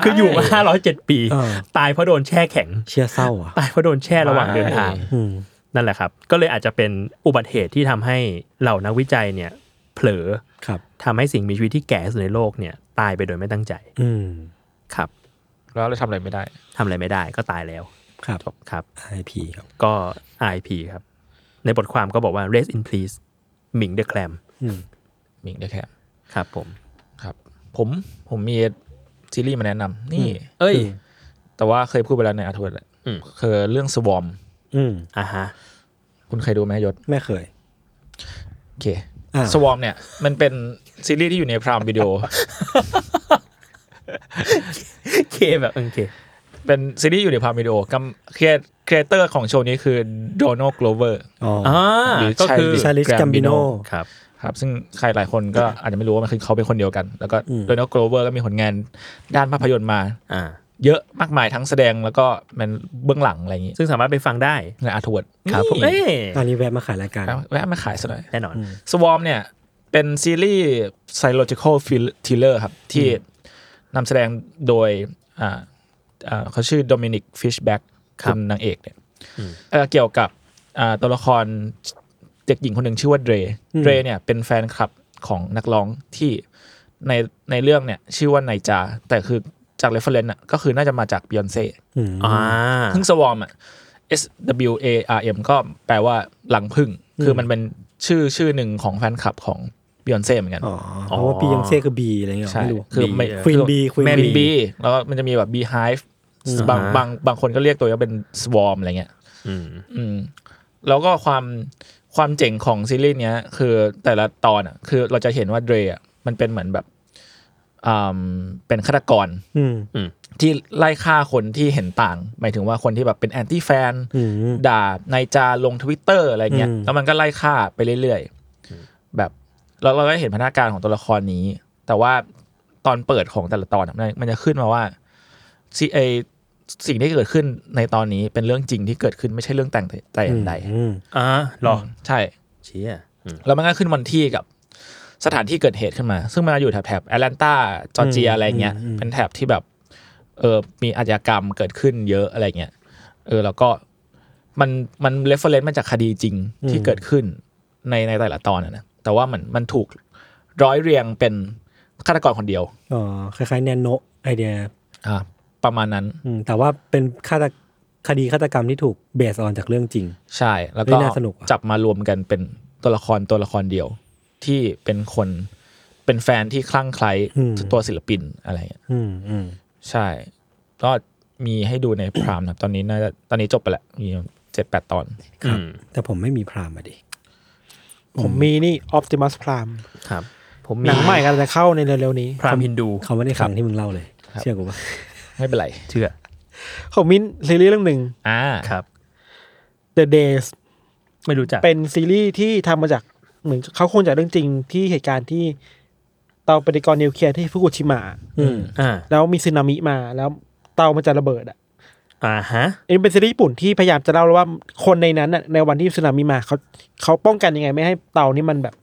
Speaker 3: คืออยู่มาห้าร้อยเจ็ดปี
Speaker 2: อ่า
Speaker 3: ตายเพราะโดนแช่แข็ง
Speaker 2: เชียเศร้าอ่ะ
Speaker 3: ตายเพราะโดนแช่ระหว่างเดินทาง
Speaker 2: อืม
Speaker 3: นั่นแหละครับ ก็เลยอาจจะเป็นอุบัติเหตุที่ทำให้เหล่านักวิจัยเนี่ย เผลอ
Speaker 2: ครับ
Speaker 3: ทำให้สิ่งมีชีวิตที่แก่ที่สุดในโลกเนี่ย ตายไปโดยไม่ตั้งใจ
Speaker 2: อืม
Speaker 3: ครับ
Speaker 4: แล้วเราทำอะไรไม่ได้
Speaker 3: ทำอะไรไม่ได้ก็ตายแล้ว
Speaker 2: ครับ
Speaker 3: ครับ
Speaker 2: ไอพีครับ
Speaker 3: ก็ RIP ครับ ในบทความก็บอกว่า rest in peace หมิงเดอะแคลม
Speaker 2: อืม
Speaker 4: มิงได้แค่
Speaker 3: ครับผม
Speaker 4: ครับ ผมผมมีซีรีส์มาแนะนำนี่
Speaker 3: เอ้ย
Speaker 4: แต่ว่าเคยพูดไปแล้วในอาทวดแหละ
Speaker 3: อืม
Speaker 4: คือเรื่องสวอม
Speaker 2: อืม
Speaker 3: อ่าฮะ
Speaker 4: คุณเคยดูไหมยศ
Speaker 2: ไม่เคย
Speaker 4: โอเค
Speaker 2: อ่า
Speaker 4: สวอมเนี่ย มันเป็นซีรีส์ที่อยู่ในพรามวิดีโอ
Speaker 3: เคแบบโอเค
Speaker 4: เป็นซีรีส์อยู่ในพรามวิดีโอกำครีเอเตอร์ของโชว์นี้คือโดนัลด์โกลเวอร์
Speaker 2: อ๋ออ
Speaker 3: อ่า
Speaker 4: หรือ
Speaker 3: ก็คือ
Speaker 4: Childish
Speaker 2: ชาลิส
Speaker 4: Gambino
Speaker 2: กัมบิโน
Speaker 3: ครับ
Speaker 4: ครับซึ่งใครหลายคนก็ อาจจะไม่รู้ว่ามันคือเขาเป็นคนเดียวกัน แล้วก็
Speaker 2: อืม
Speaker 4: โดนัลด์โกลเวอร์ก็มีผลงานด้านภาพยนตร์มา
Speaker 3: อ่า
Speaker 4: เยอะมากมายทั้งแสดงแล้วก็มันเบื้องหลังอะไรอย่างงี้
Speaker 3: ซึ่งสามารถไปฟังได้
Speaker 4: ในอาทวด
Speaker 3: ผม
Speaker 4: นี่
Speaker 3: เอ้ย
Speaker 2: ตอนนี้แวะมาขายรายการ
Speaker 4: แวะแวะมาขายซะหน่อย
Speaker 3: แน่นอน
Speaker 4: สวอมเนี่ย เป็นซีรีส์ psychological thriller ครับ ที่นำแสดงโดยอ่าอ่าเขาชื่อโดมินิกฟิชแบ็ก
Speaker 3: ครับ
Speaker 4: นนางเอกเนี่ยเอ่อเกี่ยวกับอ่าตัวละครเด็กหญิงคนหนึ่งชื่อว่าเดร
Speaker 2: อืม
Speaker 4: เดรเนี่ยเป็นแฟนคลับของนักร้องที่ในในเรื่องเนี่ย ชื่อว่านายจา แต่คือจากเรฟเฟรนต์อ่ะก็คือน่าจะมาจากบ e y อนเซ่
Speaker 2: อืม
Speaker 3: อ่า
Speaker 4: พึ่งสวอมอ่ะ S W A R M ก็แปลว่าหลังพึ่ง คือมันเป็นชื่อชื่อหนึ่งของแฟนคลับของบ e y อนเซ่เหมือนกัน
Speaker 2: อ๋อเพราะว่าปียังเซ่คือบีอะไรเงี้ย
Speaker 4: ใช่
Speaker 2: ไม่รู้
Speaker 4: คือไม่
Speaker 2: Queen Bee Queen
Speaker 4: แม่
Speaker 2: Bee
Speaker 4: บีแล้วก็มันจะมีแบบบีไฮฟ์บางบางบางคนก็เรียกตัวเองว่าเป็นสวอมอะไรเงี้ย
Speaker 3: อืม
Speaker 4: อืม แล้วก็ความความเจ๋งของซีรีส์เนี้ย คือแต่ละตอนอ่ะ คือเราจะเห็นว่าเดรอ่ะมันเป็นเหมือนแบบอ่าเป็นฆาตกร
Speaker 2: อืม
Speaker 4: ที่ไล่ฆ่าคนที่เห็นต่าง หมายถึงว่าคนที่แบบเป็นแอนตี้แฟน
Speaker 2: อืม
Speaker 4: ด่านายจาลงทวิตเตอร์อะไรเงี้ย
Speaker 2: อืม
Speaker 4: แล้วมันก็ไล่ฆ่าไปเรื่อยๆ แบบแล้วเราก็เห็นพัฒนาการของตัวละครนี้ แต่ว่าตอนเปิดของแต่ละตอนอะมันมันจะขึ้นมาว่าซีไอสิ่งที่เกิดขึ้นในตอนนี้เป็นเรื่องจริงที่เกิดขึ้นไม่ใช่เรื่องแต่งแต่อย่างใด
Speaker 2: อืม
Speaker 3: อ่าหรอ
Speaker 4: ใช่
Speaker 3: เชี่ยอืม
Speaker 4: แล้วมันก็ขึ้นวันที่กับสถานที่เกิดเหตุขึ้นมา ซึ่งมันอยู่แถบแถบแอตแลนตาจอร์เจีย
Speaker 2: อืม
Speaker 4: อะไรเงี้ย
Speaker 2: อืม
Speaker 4: เป็นแถบที่แบบ เออมีอาชญากรรมเกิดขึ้นเยอะอะไรเงี้ย เออ แล้วก็มันมันเรฟเฟอร์เรนซ์มาจากคดีจริงที่เกิดขึ้นในในแต่ละตอนอะนะ แต่ว่ามันมันถูกร้อยเรียงเป็นฆาตกรคนเดียว
Speaker 2: อ๋อคล้ายๆแนนโนไอเดีย
Speaker 4: อ่า ประมาณนั้น
Speaker 2: อืมแต่ว่าเป็นฆาตคดีฆาตกรรมที่ถูกเบสออนจากเรื่องจริง
Speaker 4: ใช่ แล้ว
Speaker 2: เฮ้
Speaker 4: ก็
Speaker 2: ยน่าสนุกว่ะ
Speaker 4: จับมารวมกันเป็นตัวละครตัวละครเดียว ที่เป็นคนเป็นแฟนที่คลั่งไคล้ตัวศิลปินอะไรเงี้ย
Speaker 2: อืมอืม
Speaker 4: ใช่ ก็มีให้ดูใน พรามนะครับ ตอนนี้น่าจะตอนนี้จบไปแล้วมีเจ็ดแปดตอน
Speaker 2: ครับ แต่ผมไม่มีพรามมาดิ
Speaker 5: ผมมีนี่ออ t ติมัสพราม
Speaker 3: ครับ ผม
Speaker 5: ห
Speaker 3: มี
Speaker 5: นังใหม่กำลันจะเข้าในเร็วๆนี้
Speaker 3: พรามฮินดู
Speaker 2: เขาไม่ได้ฟังที่มึงเล่าเลย
Speaker 4: ครับ
Speaker 2: เชื่อกูป่ะ
Speaker 4: ไม่เป็นไร
Speaker 3: เชื่อ
Speaker 5: ผมมินซีรีส์เรื่องหนึ่ง
Speaker 4: อ่า
Speaker 3: ครับ
Speaker 5: The Days
Speaker 3: ไม่รู้จัก
Speaker 5: เป็นซีรีส์ที่ทำมาจากเหมือนเขาคงจากเรื่องจริงที่เหตุการณ์ที่เตาปฏิกรณ์นิวเคลียร์ที่ฟุกุชิมะ
Speaker 2: อืม
Speaker 3: อ่า
Speaker 5: แล้วมีสึนามิมาแล้วเตามันจะระเบิดอ่ะ
Speaker 3: อ่าฮะ
Speaker 5: อันนี้เป็นซีรีส์ญี่ปุ่นที่พยายามจะเล่าว่าคนในนั้นน่ะในวันที่สึนามิมาเขาเขาป้องกันยังไงไม่ให้เตานี่มันแบบ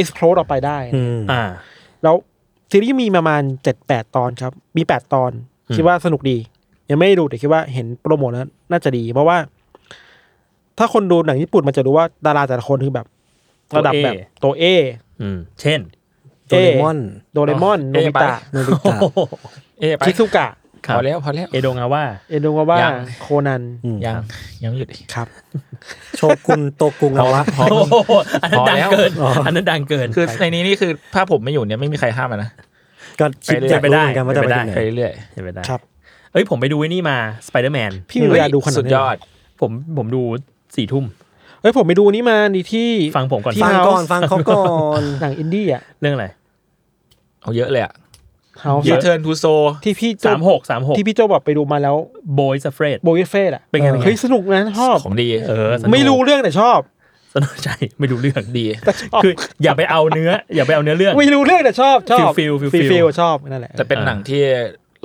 Speaker 5: explode ออกไปได้
Speaker 2: อืม
Speaker 3: อ่า
Speaker 5: แล้วซีรีส์มีประมาณเจ็ดแปดตอนครับ มีแปดตอน
Speaker 3: อืม
Speaker 5: คิดว่าสนุกดี ยังไม่ได้ดูแต่คิดว่าเห็นโปรโมทแล้วน่าจะดี เพราะว่า ถ้าคนดูหนังญี่ปุ่นมันจะรู้ว่าดาราแต่ละคนคือแบบ ระดับแบบโตเอ
Speaker 3: อืม เช่น
Speaker 2: โดเรมอน
Speaker 5: โดเรมอนโน
Speaker 4: เอ
Speaker 5: บิ
Speaker 4: ไป
Speaker 5: ตะ
Speaker 2: โนบิตะ
Speaker 4: เอะไป
Speaker 5: ชิซุกะ
Speaker 3: ครับ
Speaker 4: พอแล้วพอแล้ว
Speaker 3: เอโดงาว่า
Speaker 5: เอโดงาวะ
Speaker 4: ยัง
Speaker 5: โคนัน
Speaker 2: อืม
Speaker 4: ยังยังไม่หยุดอีก
Speaker 5: ครับ
Speaker 2: โชกุนโตกุงเอาวะ
Speaker 3: โอ้โหอันนั้น
Speaker 4: พอ
Speaker 3: ดัง
Speaker 4: แล้ว
Speaker 3: เกิน อันนั้นดังเกิน
Speaker 4: คือในนี้นี่คือถ้าผมไม่อยู่เนี่ยไม่มีใครห้ามอะนะ
Speaker 2: ก็คิด
Speaker 4: ไปเรื่อย
Speaker 2: อยากรู้เหมือนกันว่าจะไปทางไหน
Speaker 4: ไปเรื่อย
Speaker 3: เห็นไปได้
Speaker 5: ครับ
Speaker 3: เอ้ยผมไปดูไอ้นี่มาสไปเดอร์แมน
Speaker 5: พี่มีเวลาดูขนาด
Speaker 4: สุด
Speaker 5: นี้
Speaker 4: ย
Speaker 5: เหร
Speaker 4: อด
Speaker 3: ผมผมดูสี่ทุ่ม
Speaker 5: เอ้ยผมไปดูอันนี้มาดีที่
Speaker 3: ฟังผมก่อน
Speaker 5: ที่
Speaker 2: ฟังก่อนฟังเขาก่อน
Speaker 5: หนังอินดี้อ่ะ
Speaker 3: เรื่องอะไร
Speaker 4: เอาเยอะเลยอะ
Speaker 5: เฮา
Speaker 4: เยอะเทิร์นทูโซ
Speaker 5: ที่พี่โจ
Speaker 3: สามหกสามหก
Speaker 5: ที่พี่โจบอกไปดูมาแล้ว
Speaker 3: บอยส์เฟรด
Speaker 5: โบยเฟสอ่ะ
Speaker 3: เป็นไงเป็นไง
Speaker 5: เฮ้ยสนุกนะชอบ
Speaker 4: ของดี
Speaker 3: เออสนุก
Speaker 5: ไม่รู้เรื่องแต่ชอบ
Speaker 3: สนุกใจไม่รู้เรื่อง
Speaker 4: ดี
Speaker 5: แต่ชอบ
Speaker 3: คืออย่าไปเอาเนื้อ อย่าไปเอาเนื้อเรื่อง
Speaker 5: ไม่รู้เรื่องแต่ชอบชอบ
Speaker 3: ฟิลฟิลฟิลฟิล
Speaker 5: ฟิลชอบนั่นแหละ
Speaker 4: แต่เป็นหนังที่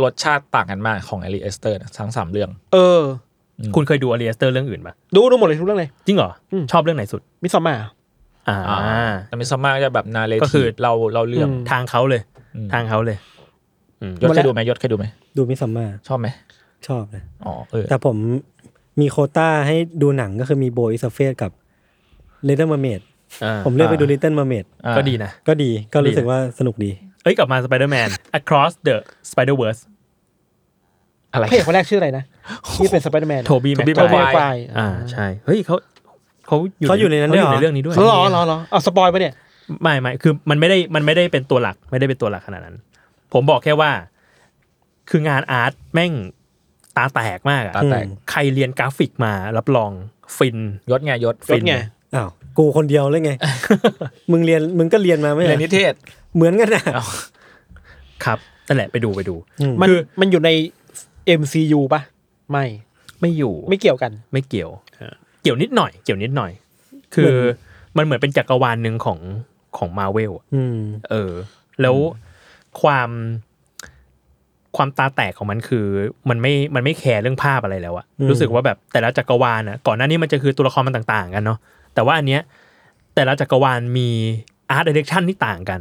Speaker 4: รสชาติต่างกันมากของ a อลิเอสเตอร์ทั้งสามเรื่อง
Speaker 5: เออ
Speaker 3: คุณเคยดูอ l ีเอสเตอร์เรื่องอื่นปะ
Speaker 5: ดูดูหมดเลยทุกเรื่องเลย
Speaker 3: จริงเหรอ
Speaker 5: อืม
Speaker 3: ชอบเรื่องไหนสุด
Speaker 5: มิสซอมมา
Speaker 3: อ่า
Speaker 4: อ่า แต่มิสซัมมาก็จะแบบนาเล
Speaker 3: ก็คือ
Speaker 4: เราเราเรื่อง
Speaker 3: ทางเขาเลย
Speaker 4: อืม
Speaker 3: ทางเขาเลย
Speaker 4: ยศเคยดูไหมยศเคยดูไหม
Speaker 2: ดูมิสซัมมา
Speaker 4: ชอบไหม
Speaker 2: ชอบนะ
Speaker 4: อ๋อเออ
Speaker 2: แต่ผมมีโควต้าให้ดูหนังก็คือมีโบอิสเฟสกับเลตเติ้ลมาเมด
Speaker 3: อ่า
Speaker 2: ผมเลือกไปดูเลตเติ้ลมาเมด
Speaker 4: อ่า
Speaker 3: ก็ดีนะ
Speaker 2: ก็ดีก็รู้
Speaker 3: ดี
Speaker 2: สึกว่าสนุกดี
Speaker 3: เอ้ยกลับมา Spider-Man Across the Spider-Verse
Speaker 4: อะไร
Speaker 5: พระเอกคนแรกชื่ออะไรนะที่เป็นสไปเดอร์แมน
Speaker 3: โทบี้แม็ก
Speaker 4: Tobey
Speaker 3: ไกว
Speaker 4: Maguire
Speaker 3: ร์
Speaker 5: ไกวาย
Speaker 3: อ่าใช่ เฮ้ยเขาเขาอยู่
Speaker 2: เขาอยู่ในนั้นด้วยเหรอ
Speaker 3: ขาอยู่ในเรื่องนี้ด้วย
Speaker 5: หรอหรอหรอเอาสปอยไปะเนี่ย
Speaker 3: ไม่ไม่คือมันไม่ได้มันไม่ได้เป็นตัวหลัก ไม่ได้เป็นตัวหลักขนาดนั้น ผมบอกแค่ว่า คืองานอาร์ตแม่งตาแตกมากอะ
Speaker 4: ตาแตก
Speaker 2: อืม
Speaker 3: ใครเรียนกราฟิกมารับรองฟิน
Speaker 4: ยศไงยศ
Speaker 3: ฟิน
Speaker 5: ยศไง
Speaker 2: อ้าวกูคนเดียวเลยไง มึงเรียนมึงก็เรียนมาไม่
Speaker 4: เรี
Speaker 2: ใช่
Speaker 4: ยน
Speaker 2: เหร
Speaker 4: นิ
Speaker 2: อ
Speaker 4: เทศ
Speaker 2: เหมือนกันนะ
Speaker 3: ครับนั่นแหละไปดูไปดู
Speaker 5: มัน
Speaker 3: คือ
Speaker 5: มันอยู่ใน MCU ปะไม่
Speaker 3: ไม่อยู่
Speaker 5: ไม่เกี่ยวกัน
Speaker 3: ไม่เกี่ยว เกี่ยวนิดหน่อย เกี่ยวนิดหน่อย คือมันเหมือนเป็นจักรวาลหนึ่งของของมาเวล
Speaker 2: อืม
Speaker 3: เออ แล้วความความตาแตกของมันคือ มันไม่ มันไม่แคร์เรื่องภาพอะไรแล้วอะรู้สึกว่าแบบแต่ละจักรวาลอะก่อนหน้านี้มันจะคือตัวละครมันต่างๆ กันเนาะ แต่ว่าอันเนี้ย แต่ละจักรวาลมีอาร์ตเดเรคชั่นที่ต่างกัน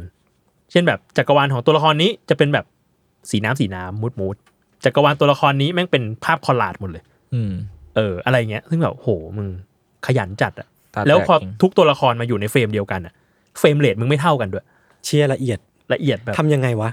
Speaker 3: เช่นแบบจักรวาลของตัวละครนี้จะเป็นแบบสีน้ำสีน้ำมูดมูดจักรวาลตัวละครนี้แม่งเป็นภาพคอลลาดหมดเลย
Speaker 4: อืม
Speaker 3: เอออะไรเงี้ย ซึ่งแบบโหมึงขยันจัดอะ
Speaker 4: ตาแตก
Speaker 3: แล้วพอ
Speaker 4: จริง
Speaker 3: ทุกตัวละครมาอยู่ในเฟรมเดียวกันอะเฟรมเรทมึงไม่เท่ากันด้วย
Speaker 2: เชียร์ละเอียด
Speaker 3: ละเอียดแบบ
Speaker 2: ทำยังไงวะ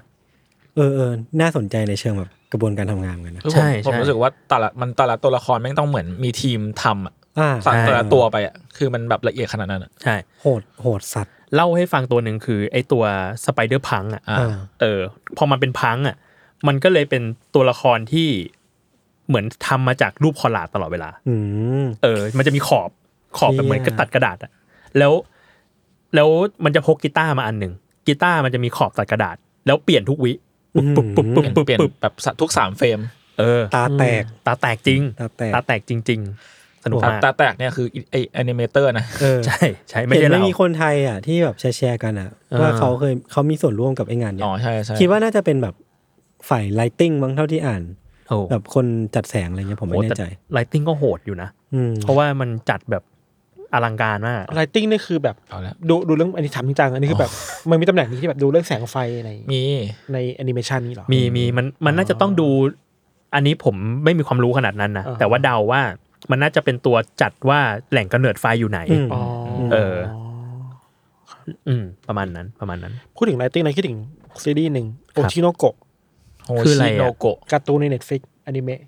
Speaker 2: เออเออน่าสนใจในเชิงแบบกระบวนการทำงานเหมือนกันนะ
Speaker 4: คือผม
Speaker 3: ใช่ใช่
Speaker 4: ผมรู้สึกว่าแต่ละมันแต่ละตัวละครแม่งต้องเหมือนมีทีมทำอะ
Speaker 2: อ่า
Speaker 4: สั่งแต่ละตัวไปอ่ะคือมันแบบละเอียดขนาดนั้นอะ
Speaker 3: ใช่
Speaker 2: โหดโหดสัตว์
Speaker 3: เล่าให้ฟังตัวหนึ่งคือ ไอตัวสไปเดอร์พังอะ
Speaker 4: อ่า
Speaker 2: อ่า
Speaker 3: เออ พอมันเป็นพังอะมันก็เลยเป็นตัวละครที่เหมือนทำมาจากรูปคอลลาดตลอดเวลา
Speaker 2: อืม
Speaker 3: เออ มันจะมีขอบขอบแบบ
Speaker 2: เชี่ย
Speaker 3: เหมือนกระตัดกระดาษอะแล้วแล้วมันจะพกกีตาร์มาอันหนึ่งกีตาร์มันจะมีขอบตัดกระดาษ แล้วเปลี่ยนทุกวิปุ๊บปุ๊บปุ๊บปุ๊บปุ๊บ
Speaker 4: เปลี่ยน
Speaker 3: ปุ๊บ
Speaker 4: แบบทุกสามเฟรม
Speaker 3: เออ
Speaker 2: ตาแตก
Speaker 3: ตาแตกจริง
Speaker 2: ตาแตก
Speaker 3: ตาแตกจริง ๆ สนุ
Speaker 4: ตาม
Speaker 3: กาก
Speaker 4: ตาแตกเนี่ยคือไอแอนิเมเตอร์นะ
Speaker 2: เออ
Speaker 3: ใช่ใช่ไม่
Speaker 2: เห็
Speaker 3: ใช่
Speaker 2: น
Speaker 3: เรา
Speaker 2: ไม่มีคนไทยอ่ะที่แบบแชร์ๆกันอ่ะ
Speaker 3: เออ
Speaker 2: ว่าเขาเคยเขามีส่วนร่วมกับไอ้งานเนี่
Speaker 4: อ๋
Speaker 2: ย
Speaker 4: อใช่ใช่
Speaker 2: คิดว่าน่าจะเป็นแบบฝ่ายไลติ้งมั้งเท่าที่อ่าน
Speaker 3: โอ้โห
Speaker 2: แบบคนจัดแสงอะไรเงี้ยผมไม่แน่ใจ
Speaker 3: ไลติ้งก็โหดอยู่นะ
Speaker 2: อืม
Speaker 3: เพราะว่ามันจัดแบบอลังการมาก
Speaker 5: ไลติ้งนี่คือแบบ
Speaker 4: เอาละ
Speaker 5: ดูดูเรื่องอันนี้ถามจริงจังอันนี้คือแบบมันมีตำแหน่งนี้ที่แบบดูเรื่องแสงไฟใน
Speaker 4: มี
Speaker 5: ในแอนิเมชันนี่เหรอ
Speaker 3: มีมีมันมันน่าจะต้องดู อันนี้ผมไม่มีความรู้ขนาดนั้นนะ
Speaker 5: อ่า
Speaker 3: แต่ว่าเดาว่ามันน่าจะเป็นตัวจัดว่าแหล่งกำเนิดไฟอยู่ไหน
Speaker 2: อืม
Speaker 5: อ๋อ
Speaker 3: เออ อืมประมาณนั้นประมาณนั้น
Speaker 5: พูดถึงไลติ้งนะคิดถึงซีรีส์หนึ่ง
Speaker 3: ครั
Speaker 5: โอบ ชิโนโกะ
Speaker 4: โฮ
Speaker 3: คืออะไร
Speaker 4: ชิ
Speaker 3: อะ
Speaker 4: โนโกะ
Speaker 5: การ์ตูนในเน็ตฟิกอนิเมะ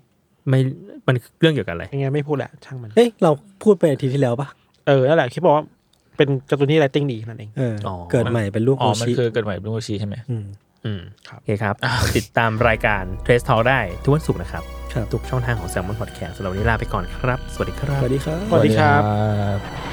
Speaker 3: ไม่มันเรื่องเกี่ยวกับอะไร
Speaker 5: ยังไงไม่พูดแหละช่างมัน
Speaker 2: เอ้ยเราพูดไปอาทิตย์ที่แล้วปะ
Speaker 5: เออนั่นแหละคิดบอกว่าเป็นการ์ตูนที่ไลติ้งดีนั่นเอง
Speaker 2: เอออ
Speaker 3: อ
Speaker 2: เกิดใหม่เป็นลูก
Speaker 4: อ๋
Speaker 2: โอ
Speaker 4: อ มัน
Speaker 2: ชิ
Speaker 4: คือเกิดใหม่เป็นโฮชิใช่ไหม
Speaker 2: ม
Speaker 3: อืม
Speaker 5: ครับ
Speaker 3: โอเคครับ ติดตามรายการเทรสทอได้ทุกวันศุกร์นะครับ
Speaker 2: ครับ
Speaker 3: ทุกช่องทางของแซลมอนพอดแคสต์สำหรับวันนี้ลาไปก่อนครับ สวัสดีครับ
Speaker 2: สวัสดีครับ
Speaker 5: สวัสดีครั
Speaker 4: ส
Speaker 5: บ
Speaker 4: วัสดีครับ